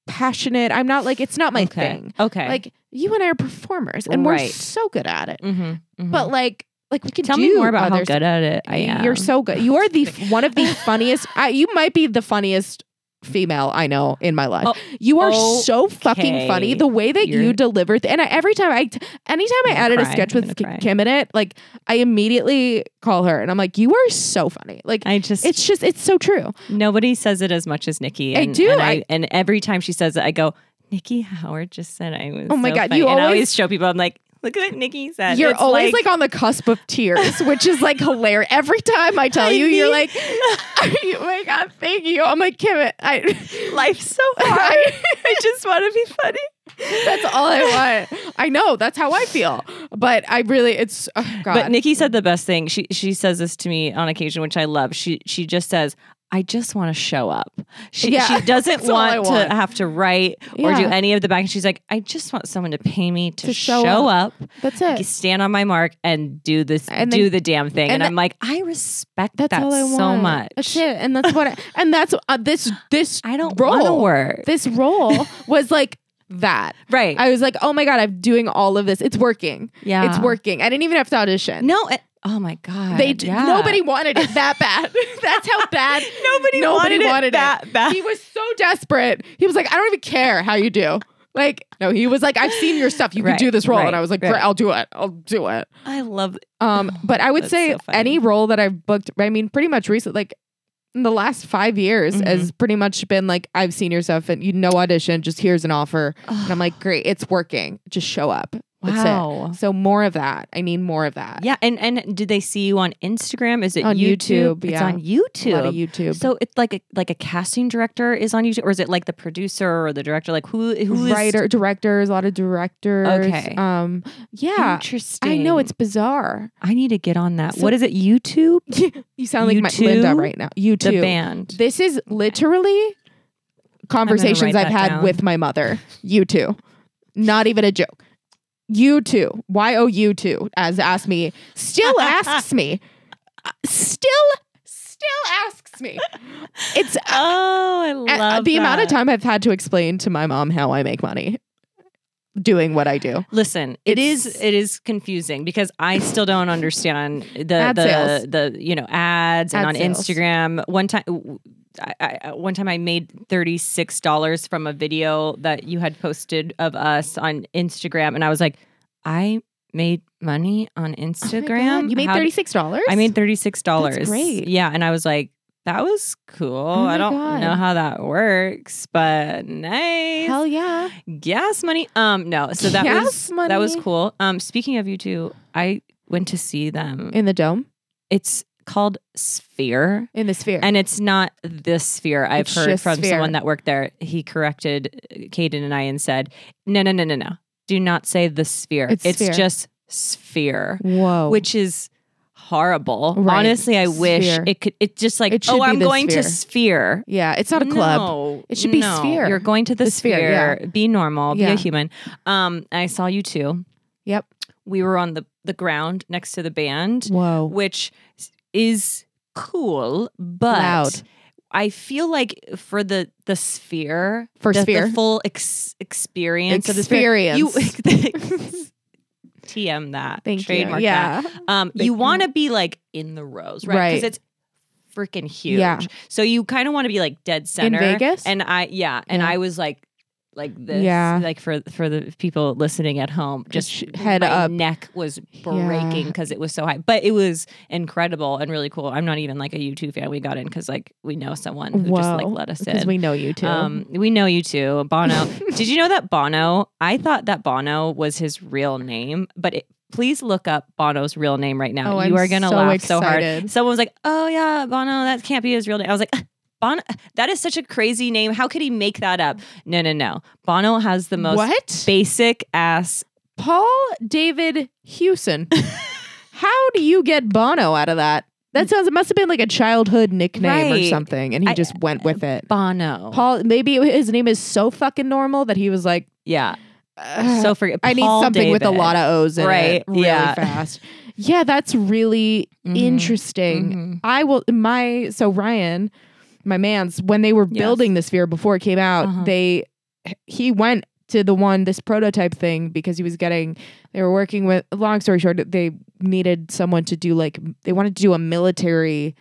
Speaker 1: passionate. I'm not like it's not my
Speaker 2: okay.
Speaker 1: thing.
Speaker 2: Okay,
Speaker 1: Like you and I are performers, and we're
Speaker 2: Right.
Speaker 1: so good at it.
Speaker 2: mm-hmm,
Speaker 1: But like, like we can
Speaker 2: tell
Speaker 1: do
Speaker 2: me more about
Speaker 1: other
Speaker 2: how good at it I
Speaker 1: Y-
Speaker 2: am.
Speaker 1: You're so good. You are the one of the funniest. I, you might be the funniest female I know in my life.
Speaker 2: Oh,
Speaker 1: you are so fucking
Speaker 2: okay.
Speaker 1: funny. The way that you
Speaker 2: You're-
Speaker 1: deliver, th- and I, every time I, t- anytime I
Speaker 2: I'm gonna
Speaker 1: edit a
Speaker 2: cry.
Speaker 1: sketch
Speaker 2: I'm
Speaker 1: with
Speaker 2: gonna
Speaker 1: K-
Speaker 2: cry.
Speaker 1: Kim in it, like I immediately call her and I'm like, "You are so funny." Like
Speaker 2: I just
Speaker 1: it's just it's so true.
Speaker 2: nobody says it as much as Nikki.
Speaker 1: I
Speaker 2: And,
Speaker 1: do,
Speaker 2: and,
Speaker 1: I-
Speaker 2: and every time she says it, I go, Nikki Howard just said I was.
Speaker 1: Oh my
Speaker 2: so
Speaker 1: God,
Speaker 2: funny."
Speaker 1: you
Speaker 2: and I
Speaker 1: always-
Speaker 2: always show people. I'm like, look at what Nikki said.
Speaker 1: You're
Speaker 2: It's
Speaker 1: always like, on the cusp of tears, which is like hilarious. Every time I tell
Speaker 2: I
Speaker 1: you, you're like,
Speaker 2: need-
Speaker 1: "Oh my god, thank you." I'm like, Kim, I.
Speaker 2: life's so hard. I just want to be funny.
Speaker 1: That's all I want. I know that's how I feel. But I really, it's oh God.
Speaker 2: But Nikki said the best thing. She she says this to me on occasion, which I love. She she just says, "I just want to show up." She
Speaker 1: Yeah.
Speaker 2: she doesn't
Speaker 1: That's all I
Speaker 2: want,
Speaker 1: want.
Speaker 2: to have to write or do
Speaker 1: Yeah.
Speaker 2: any of the back. She's like, "I just want someone to pay me to,
Speaker 1: To show
Speaker 2: show, up,
Speaker 1: that's it.
Speaker 2: stand on my mark, and do this,
Speaker 1: And
Speaker 2: do
Speaker 1: then-
Speaker 2: the damn thing."
Speaker 1: and
Speaker 2: And,
Speaker 1: that-
Speaker 2: I'm like, I respect
Speaker 1: That's
Speaker 2: that
Speaker 1: all I want.
Speaker 2: so much.
Speaker 1: That's it. And that's what. I, and that's uh, this. This
Speaker 2: I don't
Speaker 1: role.
Speaker 2: want to work.
Speaker 1: This role was like that.
Speaker 2: right?
Speaker 1: I was like, oh my God, I'm doing all of this. It's working.
Speaker 2: yeah,
Speaker 1: It's working. I didn't even have to audition.
Speaker 2: No. It, oh my god.
Speaker 1: They d-
Speaker 2: yeah.
Speaker 1: nobody wanted it that bad. That's how bad
Speaker 2: Nobody,
Speaker 1: nobody
Speaker 2: wanted,
Speaker 1: wanted
Speaker 2: it that bad.
Speaker 1: He was so desperate. He was like, I don't even care how you do. Like, no, he was like, I've seen your stuff. You
Speaker 2: Right,
Speaker 1: can do this role. and
Speaker 2: right,
Speaker 1: I was like,
Speaker 2: right.
Speaker 1: "Great, I'll do it. I'll do it.
Speaker 2: I love.
Speaker 1: Um, but I would
Speaker 2: Oh, That's
Speaker 1: say
Speaker 2: so funny.
Speaker 1: any role that I've booked, I mean, pretty much recent, like in the last five years,
Speaker 2: Mhm.
Speaker 1: has pretty much been like, I've seen your stuff and you no audition, just here's an offer. And I'm like, great, it's working. Just show up. That's it.
Speaker 2: wow.
Speaker 1: So more of that. I need more of that.
Speaker 2: Yeah, and and did they see you on Instagram? Is it
Speaker 1: On YouTube,
Speaker 2: It's
Speaker 1: yeah.
Speaker 2: on
Speaker 1: A lot
Speaker 2: YouTube.
Speaker 1: of YouTube.
Speaker 2: So it's like a like a casting director is on YouTube, or is it like the producer or the director? Like who who is
Speaker 1: writer directors, a lot of directors.
Speaker 2: Okay.
Speaker 1: Um. Yeah.
Speaker 2: Interesting.
Speaker 1: I know it's bizarre.
Speaker 2: I need to get on that.
Speaker 1: So-
Speaker 2: what is it? YouTube,
Speaker 1: You sound like
Speaker 2: You
Speaker 1: my Linda
Speaker 2: too?
Speaker 1: right now. You
Speaker 2: the
Speaker 1: too.
Speaker 2: band.
Speaker 1: This is literally conversations
Speaker 2: write
Speaker 1: I've
Speaker 2: that
Speaker 1: had
Speaker 2: down.
Speaker 1: with my mother. You too. Not even a joke. You too. Y O U too. As asked me, still asks me, Uh, still, still asks me. It's
Speaker 2: oh, I
Speaker 1: uh,
Speaker 2: love
Speaker 1: the amount of
Speaker 2: that.
Speaker 1: time I've had to explain to my mom how I make money doing what I do. Oh
Speaker 2: Listen, it is
Speaker 1: It's-
Speaker 2: it is confusing because I still don't understand the
Speaker 1: Ad
Speaker 2: the
Speaker 1: sales.
Speaker 2: the you know ads and
Speaker 1: Ad
Speaker 2: on
Speaker 1: sales.
Speaker 2: Instagram. One time. I, I, one time I made thirty six dollars from a video that you had posted of us on Instagram, and I was like, "I made money on
Speaker 1: Oh my God,
Speaker 2: Instagram.
Speaker 1: You made
Speaker 2: How-
Speaker 1: thirty six dollars.
Speaker 2: I made thirty six dollars.
Speaker 1: That's great. Oh
Speaker 2: Yeah, and I was like, "That was cool.
Speaker 1: my
Speaker 2: I don't
Speaker 1: God.
Speaker 2: know how that works, but nice
Speaker 1: hell yeah.
Speaker 2: gas money um no so that
Speaker 1: Gas
Speaker 2: was
Speaker 1: money?
Speaker 2: that was cool um speaking of you two i went to see them
Speaker 1: In the dome,
Speaker 2: it's called sphere
Speaker 1: in the sphere.
Speaker 2: and it's not this sphere i've
Speaker 1: It's
Speaker 2: heard
Speaker 1: just
Speaker 2: from
Speaker 1: Sphere.
Speaker 2: someone that worked there he corrected uh, kaden and i and said no no no no no do not say the sphere
Speaker 1: It's
Speaker 2: it's
Speaker 1: Sphere.
Speaker 2: just sphere,
Speaker 1: Whoa.
Speaker 2: which is horrible.
Speaker 1: Right.
Speaker 2: Honestly, I wish
Speaker 1: Sphere.
Speaker 2: it could. It just like
Speaker 1: It should
Speaker 2: oh,
Speaker 1: be
Speaker 2: I'm
Speaker 1: the
Speaker 2: going to
Speaker 1: sphere.
Speaker 2: sphere.
Speaker 1: yeah, it's not a club.
Speaker 2: No,
Speaker 1: It should be
Speaker 2: no.
Speaker 1: sphere.
Speaker 2: You're going to the,
Speaker 1: The sphere,
Speaker 2: sphere. Be normal. Be
Speaker 1: Yeah.
Speaker 2: a human. Um, I saw you too.
Speaker 1: Yep.
Speaker 2: We were on the the ground next to the band,
Speaker 1: Whoa.
Speaker 2: which is cool, but
Speaker 1: Loud.
Speaker 2: I feel like for the the sphere
Speaker 1: For
Speaker 2: the,
Speaker 1: sphere.
Speaker 2: the full ex- experience, of the sphere, you TM that
Speaker 1: Thank
Speaker 2: trademark
Speaker 1: you. Yeah.
Speaker 2: that. Um,
Speaker 1: Thank
Speaker 2: you
Speaker 1: you.
Speaker 2: want to be like in the rows, right?
Speaker 1: Right.
Speaker 2: Because it's freaking huge.
Speaker 1: Yeah.
Speaker 2: So you kind of want to be like dead center
Speaker 1: Vegas?
Speaker 2: And I yeah, and
Speaker 1: Yeah.
Speaker 2: I was like like this
Speaker 1: Yeah.
Speaker 2: like for for the people listening at home just
Speaker 1: sh- head
Speaker 2: my
Speaker 1: up.
Speaker 2: neck was breaking because it was so high but it was incredible and really cool i'm not even like a u2 fan we got in because like we know someone who just like
Speaker 1: Whoa.
Speaker 2: let us in
Speaker 1: Because we know you too.
Speaker 2: um, we know you too, Bono. Did you know that Bono? I thought that Bono was his real name, but it, please look up Bono's real name right now.
Speaker 1: Oh,
Speaker 2: you
Speaker 1: I'm
Speaker 2: are gonna
Speaker 1: so
Speaker 2: laugh so hard.
Speaker 1: excited.
Speaker 2: Someone was like, "Oh yeah, Bono, that can't be his real name." I was like. Bono, that is such a crazy name. How could he make that up? No, no, no. Bono has the most
Speaker 1: what?
Speaker 2: basic ass.
Speaker 1: Paul David Hewson. How do you get Bono out of that? That sounds. It must have been like a childhood nickname or
Speaker 2: Right.
Speaker 1: something, and he
Speaker 2: I- uh,
Speaker 1: just went with it.
Speaker 2: Bono.
Speaker 1: Paul. Maybe his name is so fucking normal that he was like,
Speaker 2: yeah.
Speaker 1: "Ugh,
Speaker 2: So forget.
Speaker 1: I need
Speaker 2: Paul
Speaker 1: something with a
Speaker 2: David.
Speaker 1: lot of O's in
Speaker 2: Right,
Speaker 1: it, really
Speaker 2: yeah.
Speaker 1: fast. Yeah, that's really
Speaker 2: Mhm,
Speaker 1: interesting.
Speaker 2: mhm.
Speaker 1: I will my so Ryan, my man's when they were
Speaker 2: Yes.
Speaker 1: building the sphere before it came out,
Speaker 2: Uh-huh.
Speaker 1: they he went to the one this prototype thing because he was getting they were working with long story short they needed someone to do like they wanted to do a military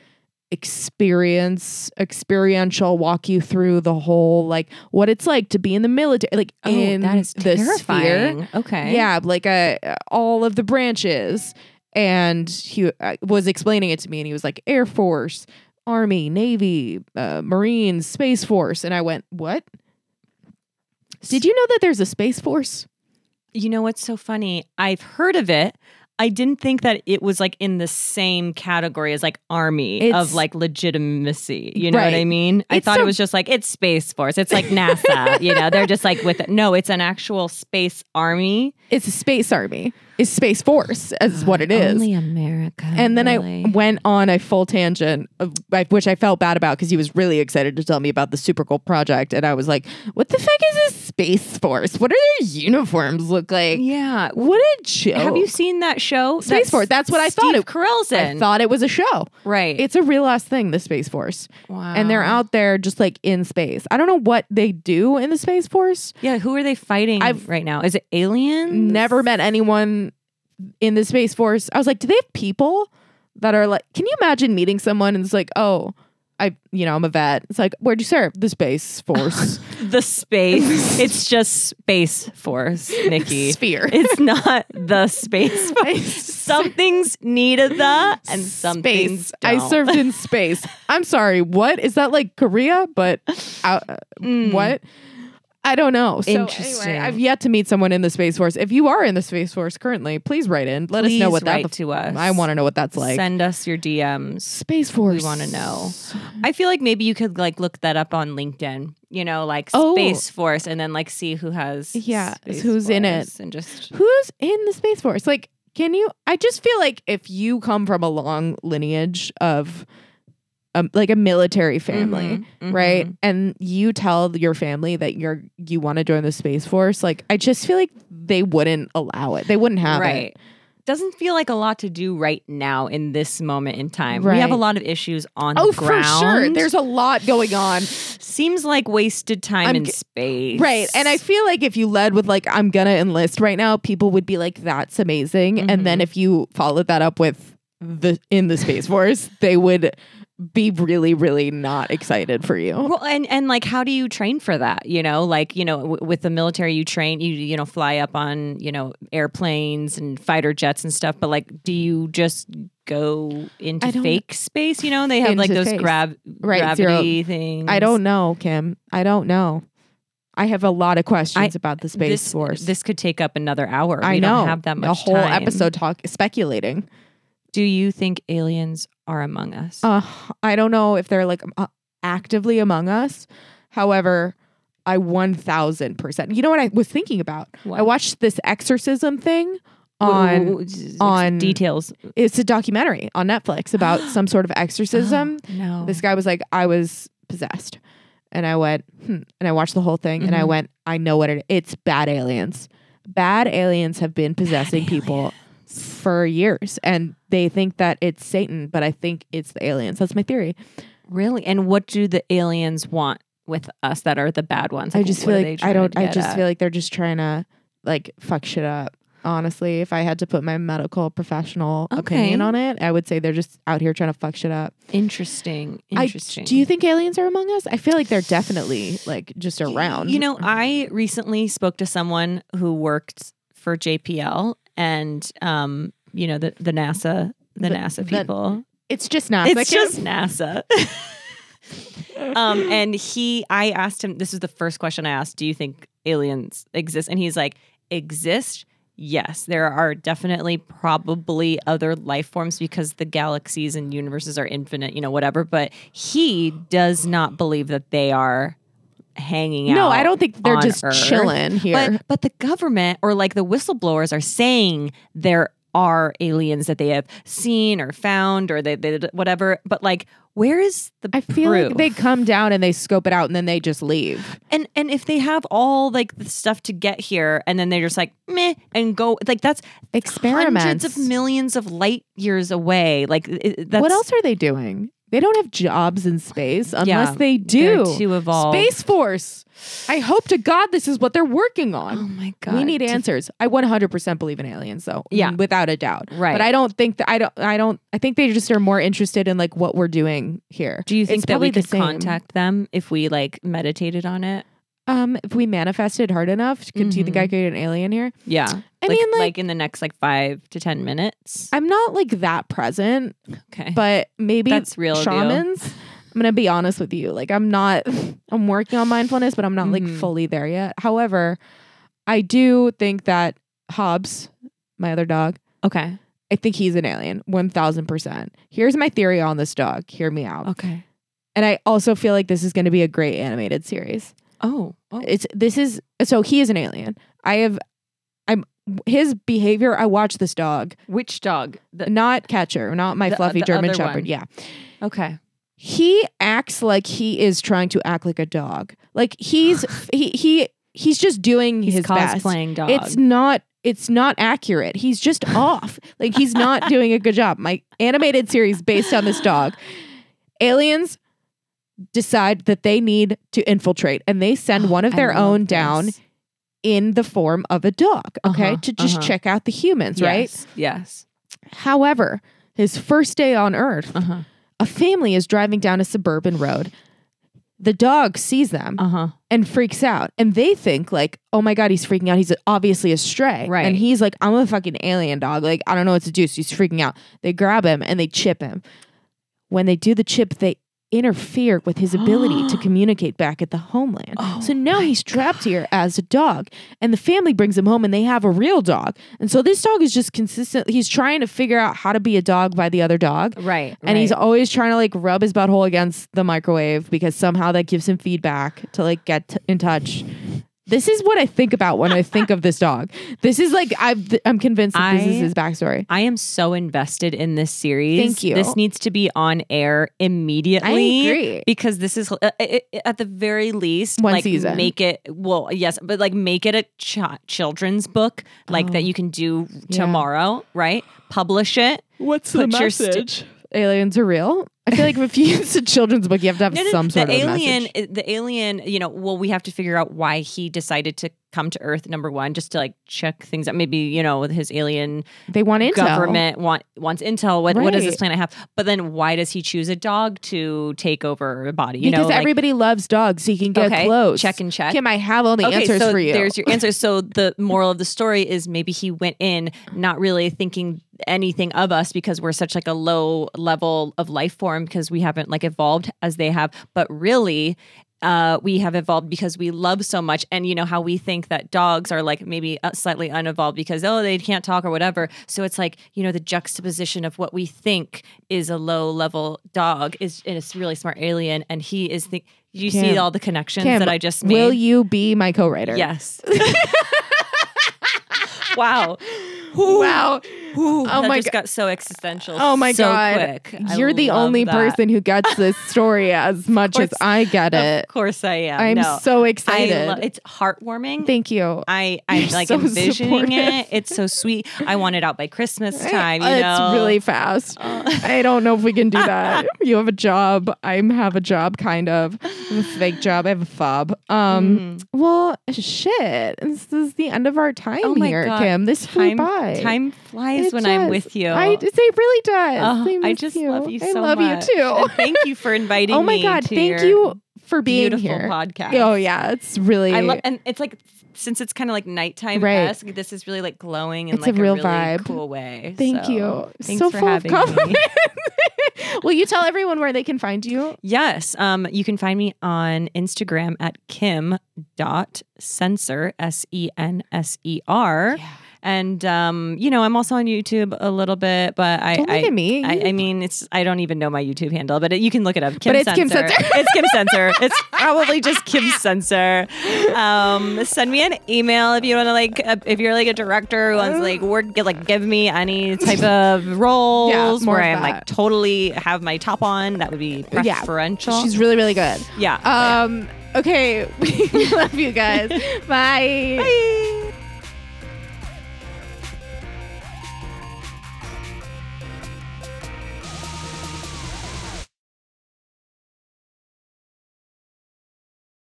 Speaker 1: experience experiential walk you through the whole like what it's like to be in the military like
Speaker 2: Oh,
Speaker 1: in
Speaker 2: that is
Speaker 1: the sphere
Speaker 2: terrifying. Okay.
Speaker 1: yeah, like uh, all of the branches. And he uh, was explaining it to me, and he was like, Air Force, Army, Navy, uh, Marines, Space Force. And I went, What? Did you know that there's a Space Force?
Speaker 2: You know what's so funny? I've heard of it. I didn't think that it was like in the same category as like army
Speaker 1: It's-
Speaker 2: of like legitimacy. You know what I
Speaker 1: Right.
Speaker 2: mean? I
Speaker 1: It's
Speaker 2: thought
Speaker 1: a-
Speaker 2: it was just like it's space force. It's like NASA. you know, they're just like with it. No, it's an actual space army.
Speaker 1: It's a Space Army. It's Space Force, is what it is.
Speaker 2: Only America.
Speaker 1: and then I went on a full tangent, of, like, which I felt bad about because he was really excited to tell me about the super cool project. And I was like, What the fuck is this Space Force? What do their uniforms look like?
Speaker 2: yeah.
Speaker 1: What a joke.
Speaker 2: Have you seen that show?
Speaker 1: Space Force. That's what I thought
Speaker 2: Steve
Speaker 1: it-
Speaker 2: Carell's
Speaker 1: I
Speaker 2: in.
Speaker 1: thought it was a show.
Speaker 2: right.
Speaker 1: It's a real ass thing, the Space Force.
Speaker 2: wow.
Speaker 1: And they're out there just like in space. I don't know what they do in the Space Force.
Speaker 2: Yeah. Who are they fighting
Speaker 1: I've-
Speaker 2: right now? Is it aliens?
Speaker 1: Never met anyone in the Space Force. I was like, do they have people that are like, can you imagine meeting someone and it's like, oh, I, you know, I'm a vet. It's like, where'd you serve? The Space Force.
Speaker 2: the space. it's just Space Force, Nikki.
Speaker 1: Sphere.
Speaker 2: It's not the Space Force. some things need a the and some
Speaker 1: space.
Speaker 2: things
Speaker 1: I
Speaker 2: don't.
Speaker 1: served in space. I'm sorry. What is that like Korea? But out, uh,
Speaker 2: Mm.
Speaker 1: what? I don't know. So
Speaker 2: Hmm. Interesting.
Speaker 1: Anyway, I've yet to meet someone in the space force. If you are in the space force currently, please write in. Let us know
Speaker 2: Please
Speaker 1: what that
Speaker 2: write to us.
Speaker 1: I want to know what that's like.
Speaker 2: Send us your DMs.
Speaker 1: space force.
Speaker 2: wanna know. I feel like maybe you could like look that up on LinkedIn. You know, like
Speaker 1: Oh.
Speaker 2: Space Force, and then like see who has
Speaker 1: Yeah,
Speaker 2: Space
Speaker 1: who's in it.
Speaker 2: Force and just
Speaker 1: Who's in the space force? Like, can you? I just feel like if you come from a long lineage of. Um, like a military family,
Speaker 2: Mhm,
Speaker 1: right
Speaker 2: mhm.
Speaker 1: and you tell your family that you're you want to join the space force like i just feel like they wouldn't allow it they wouldn't have
Speaker 2: right.
Speaker 1: it
Speaker 2: Doesn't feel like a lot to do right now in this moment in time. We have a
Speaker 1: Right.
Speaker 2: lot of issues on
Speaker 1: oh
Speaker 2: the ground.
Speaker 1: for sure there's a lot going on
Speaker 2: seems like wasted time
Speaker 1: I'm
Speaker 2: and
Speaker 1: g-
Speaker 2: space.
Speaker 1: right and i feel like if you led with like i'm gonna enlist right now people would be like that's amazing and
Speaker 2: Mm-hmm.
Speaker 1: then if you followed that up with the in the space force they would be really really not excited for you
Speaker 2: well, and and like, how do you train for that? You know, like you know, w- with the military, you train, you you know, fly up on you know airplanes and fighter jets and stuff. But like, do you just go into
Speaker 1: I don't-
Speaker 2: fake space? You know, they have like
Speaker 1: Into
Speaker 2: those
Speaker 1: space.
Speaker 2: grab
Speaker 1: Right, zero-
Speaker 2: gravity things.
Speaker 1: i don't know kim i don't know i have a lot of questions about the space
Speaker 2: this,
Speaker 1: force
Speaker 2: This could take up another hour.
Speaker 1: I
Speaker 2: we
Speaker 1: know.
Speaker 2: don't have that much
Speaker 1: A whole
Speaker 2: time.
Speaker 1: episode talk speculating.
Speaker 2: Do you think aliens are among us?
Speaker 1: Uh, I don't know if they're like uh, actively among us. However, I one thousand percent. You know what I was thinking about? I
Speaker 2: What?
Speaker 1: watched this exorcism thing on
Speaker 2: Ooh, ooh, ooh, z-
Speaker 1: on-
Speaker 2: details.
Speaker 1: it's a documentary on Netflix about some sort of exorcism.
Speaker 2: Oh, no.
Speaker 1: This guy was like, I was possessed. And I went, hmm. and I watched the whole thing and I
Speaker 2: Mhm.
Speaker 1: went, I know what it it's bad aliens. Bad aliens have been possessing people for years and they think that it's Satan, but I think it's the aliens. That's my theory.
Speaker 2: Really? And what do the aliens want with us that are the bad ones?
Speaker 1: I
Speaker 2: Like,
Speaker 1: just
Speaker 2: what
Speaker 1: feel
Speaker 2: are
Speaker 1: like
Speaker 2: they
Speaker 1: I
Speaker 2: trying
Speaker 1: don't
Speaker 2: to
Speaker 1: I
Speaker 2: get
Speaker 1: just
Speaker 2: at?
Speaker 1: feel like they're just trying to like fuck shit up. Honestly, if I had to put my medical professional opinion
Speaker 2: Okay.
Speaker 1: on it, I would say they're just out here trying to fuck shit up.
Speaker 2: interesting.
Speaker 1: I-
Speaker 2: Interesting.
Speaker 1: do you think aliens are among us? I feel like they're definitely like just around.
Speaker 2: You know, I recently spoke to someone who worked for JPL and um, you know, the, the NASA the,
Speaker 1: The-
Speaker 2: NASA
Speaker 1: the-
Speaker 2: people.
Speaker 1: it's just not.
Speaker 2: it's just NASA. um, and he, I asked him. This is the first question I asked. Do you think aliens exist? And he's like, exist. Yes, there are definitely probably other life forms because the galaxies and universes are infinite, you know, whatever. But he does not believe that they are hanging out.
Speaker 1: no. I don't think they're
Speaker 2: on
Speaker 1: just
Speaker 2: Earth.
Speaker 1: chilling here.
Speaker 2: But but the government or like the whistleblowers are saying there are aliens that they have seen or found or they, they whatever. But like, where is the
Speaker 1: I feel
Speaker 2: proof?
Speaker 1: like they come down and they scope it out and then they just leave.
Speaker 2: and and if they have all like the stuff to get here and then they're just like meh and go like that's
Speaker 1: Experiments.
Speaker 2: hundreds of millions of light years away. Like it, it- that's
Speaker 1: what else are they doing? They don't have jobs in space unless
Speaker 2: Yeah,
Speaker 1: they
Speaker 2: they're
Speaker 1: do.
Speaker 2: too evolved.
Speaker 1: Space Force. I hope to God this is what they're working
Speaker 2: Oh
Speaker 1: on.
Speaker 2: my god,
Speaker 1: we need
Speaker 2: To-
Speaker 1: answers. I 100% believe in aliens though. mm,
Speaker 2: Yeah.
Speaker 1: Without a doubt.
Speaker 2: Right.
Speaker 1: But I don't think that I don't I don't I think they just are more interested in like what we're doing here.
Speaker 2: Do you
Speaker 1: It's
Speaker 2: think that we
Speaker 1: probably the
Speaker 2: could
Speaker 1: same.
Speaker 2: contact them if we like meditated on it?
Speaker 1: Um, if we manifested hard enough, could, do you think
Speaker 2: Mhm.
Speaker 1: I could get an alien here?
Speaker 2: Yeah.
Speaker 1: I mean, like-
Speaker 2: in the next like five to ten minutes.
Speaker 1: I'm not like that present,
Speaker 2: okay.
Speaker 1: but maybe
Speaker 2: That's real, dude.
Speaker 1: shamans. I'm gonna be honest with you. Like I'm not I'm working on mindfulness, but I'm not
Speaker 2: Mhm.
Speaker 1: like fully there yet. However, I do think that Hobbs, my other dog,
Speaker 2: okay.
Speaker 1: I think he's an alien, one thousand percent. Here's my theory on this dog. Hear me out.
Speaker 2: Okay.
Speaker 1: And I also feel like this is going to be a great animated series.
Speaker 2: Oh. oh.
Speaker 1: It's this is so he is an alien. I have, I'm his behavior. I watch this dog,
Speaker 2: Which dog? The,
Speaker 1: not Catcher, not my
Speaker 2: The-
Speaker 1: fluffy
Speaker 2: the
Speaker 1: German
Speaker 2: other
Speaker 1: Shepherd.
Speaker 2: one.
Speaker 1: Yeah,
Speaker 2: okay.
Speaker 1: he acts like he is trying to act like a dog. Like he's he he he's just doing
Speaker 2: He's
Speaker 1: his best.
Speaker 2: cosplaying dog.
Speaker 1: It's not it's not accurate. He's just off. Like he's not doing a good job. My animated series based on this dog. Aliens decide that they need to infiltrate and they send one of
Speaker 2: I
Speaker 1: their
Speaker 2: love
Speaker 1: own
Speaker 2: this.
Speaker 1: down in the form of a dog, okay?
Speaker 2: Uh-huh,
Speaker 1: to just
Speaker 2: uh-huh.
Speaker 1: check out the humans, right?
Speaker 2: Yes, Yes.
Speaker 1: However, his first day on Earth,
Speaker 2: Uh huh.
Speaker 1: a family is driving down a suburban road. The dog sees them
Speaker 2: Uh huh.
Speaker 1: and freaks out. And they think like, oh my God, he's freaking out. He's obviously a stray.
Speaker 2: Right.
Speaker 1: And he's like, I'm a fucking alien dog. Like, I don't know what to do. So he's freaking out. They grab him and they chip him. When they do the chip, they interfere with his ability to communicate back at the homeland. so now he's trapped here as a dog. And the family brings him home and they have a real dog. And so this dog is just consistent. He's trying to figure out how to be a dog by the other dog.
Speaker 2: Right.
Speaker 1: And he's always trying to like rub his butthole against the microwave because somehow that gives him feedback to like get t- in touch. This is what I think about when I think of this dog. This is like I've, th- I'm convinced that this
Speaker 2: I-
Speaker 1: is his backstory.
Speaker 2: I am so invested in this series.
Speaker 1: Thank you.
Speaker 2: This needs to be on air immediately.
Speaker 1: agree.
Speaker 2: Because this is, uh, i- i- at the very least,
Speaker 1: One
Speaker 2: like
Speaker 1: season.
Speaker 2: make it, well, yes, but like make it a ch- children's book, like
Speaker 1: Oh.
Speaker 2: that you can do tomorrow, right? Publish it.
Speaker 1: What's
Speaker 2: the Put your st- message?
Speaker 1: Aliens are real. I feel like if you use a children's book, you have to have
Speaker 2: No, no,
Speaker 1: some sort
Speaker 2: the
Speaker 1: of
Speaker 2: alien, uh,
Speaker 1: message.
Speaker 2: The alien, you know, well, we have to figure out why he decided to come to Earth, number one, just to like check things out. Maybe, you know, with his alien
Speaker 1: They want intel.
Speaker 2: government want wants intel. What what does this
Speaker 1: Right.
Speaker 2: planet have? But then why does he choose a dog to take over a body? You
Speaker 1: because
Speaker 2: know, like,
Speaker 1: everybody loves dogs, so you can get
Speaker 2: Okay,
Speaker 1: close.
Speaker 2: check and check.
Speaker 1: Kim, I have all the
Speaker 2: okay,
Speaker 1: answers
Speaker 2: so
Speaker 1: for you.
Speaker 2: There's your answer. So the moral of the story is maybe he went in not really thinking anything of us because we're such like a low level of life form because we haven't like evolved as they have. But really. Uh, we have evolved because we love so much, and you know how we think that dogs are like maybe uh, slightly unevolved because oh they can't talk or whatever. So it's like you know the juxtaposition of what we think is a low level dog is and it's really smart alien, and he is think. You see
Speaker 1: Kim,
Speaker 2: all the connections
Speaker 1: Kim,
Speaker 2: that I just made.
Speaker 1: Will you be my co-writer?
Speaker 2: Yes. wow.
Speaker 1: wow.
Speaker 2: Ooh,
Speaker 1: Oh
Speaker 2: that
Speaker 1: my
Speaker 2: just
Speaker 1: go-
Speaker 2: got so existential.
Speaker 1: Oh my
Speaker 2: so
Speaker 1: god.
Speaker 2: quick. I
Speaker 1: You're the
Speaker 2: love
Speaker 1: only
Speaker 2: that.
Speaker 1: person who gets this story as much as
Speaker 2: course.
Speaker 1: I get it.
Speaker 2: Of course, I am.
Speaker 1: I'm
Speaker 2: no,
Speaker 1: so
Speaker 2: I
Speaker 1: excited.
Speaker 2: lo- it's heartwarming.
Speaker 1: Thank you.
Speaker 2: I I'm
Speaker 1: You're
Speaker 2: like
Speaker 1: so
Speaker 2: envisioning
Speaker 1: supportive. Oh,
Speaker 2: it. It's so sweet. I want it out by Christmas time. You
Speaker 1: it's
Speaker 2: know, Oh.
Speaker 1: really fast. I don't know if we can do that. you have a job. I have a job, kind of. I have a fake job. I have a fob. Um. Well, shit. This is the end of our time
Speaker 2: Mm-hmm. Oh my
Speaker 1: here,
Speaker 2: God.
Speaker 1: Kim. This
Speaker 2: time
Speaker 1: flew by.
Speaker 2: time flies
Speaker 1: It
Speaker 2: when I'm
Speaker 1: does.
Speaker 2: with you.
Speaker 1: I, it really does.
Speaker 2: Oh,
Speaker 1: I,
Speaker 2: I
Speaker 1: miss
Speaker 2: just love you
Speaker 1: I
Speaker 2: so
Speaker 1: love
Speaker 2: much.
Speaker 1: you too.
Speaker 2: And thank you for inviting me.
Speaker 1: oh my god!
Speaker 2: to
Speaker 1: Thank
Speaker 2: your
Speaker 1: you for being
Speaker 2: beautiful
Speaker 1: here.
Speaker 2: podcast.
Speaker 1: Oh yeah, it's really.
Speaker 2: I love, and it's like since it's kind of like nighttime
Speaker 1: Right.
Speaker 2: esque. This is really like glowing in
Speaker 1: It's a
Speaker 2: like
Speaker 1: real
Speaker 2: really
Speaker 1: vibe.
Speaker 2: cool way.
Speaker 1: Thank
Speaker 2: So,
Speaker 1: you.
Speaker 2: Thanks
Speaker 1: so
Speaker 2: for
Speaker 1: full of
Speaker 2: having me.
Speaker 1: compliments. Will you tell everyone where they can find you?
Speaker 2: Yes. Um, you can find me on Instagram at kim.censor, S E N S E R. And, um, you know, I'm also on YouTube a little bit, but I.
Speaker 1: Don't look
Speaker 2: I-
Speaker 1: at me.
Speaker 2: I,
Speaker 1: You-
Speaker 2: I mean, it's I don't even know my YouTube handle, but it, you can look it up. Kim
Speaker 1: it's Kim Censor.
Speaker 2: it's Kim Censor. It's probably just Kim Censor. Um, send me an email if you want to like uh, if you're like a director who wants like work get like give me any type of roles
Speaker 1: more
Speaker 2: where
Speaker 1: of
Speaker 2: I'm
Speaker 1: that.
Speaker 2: like totally have my top on. That would be
Speaker 1: Yeah.
Speaker 2: preferential.
Speaker 1: She's really, really good.
Speaker 2: yeah.
Speaker 1: Um, okay. We love you guys. Bye.
Speaker 2: Bye.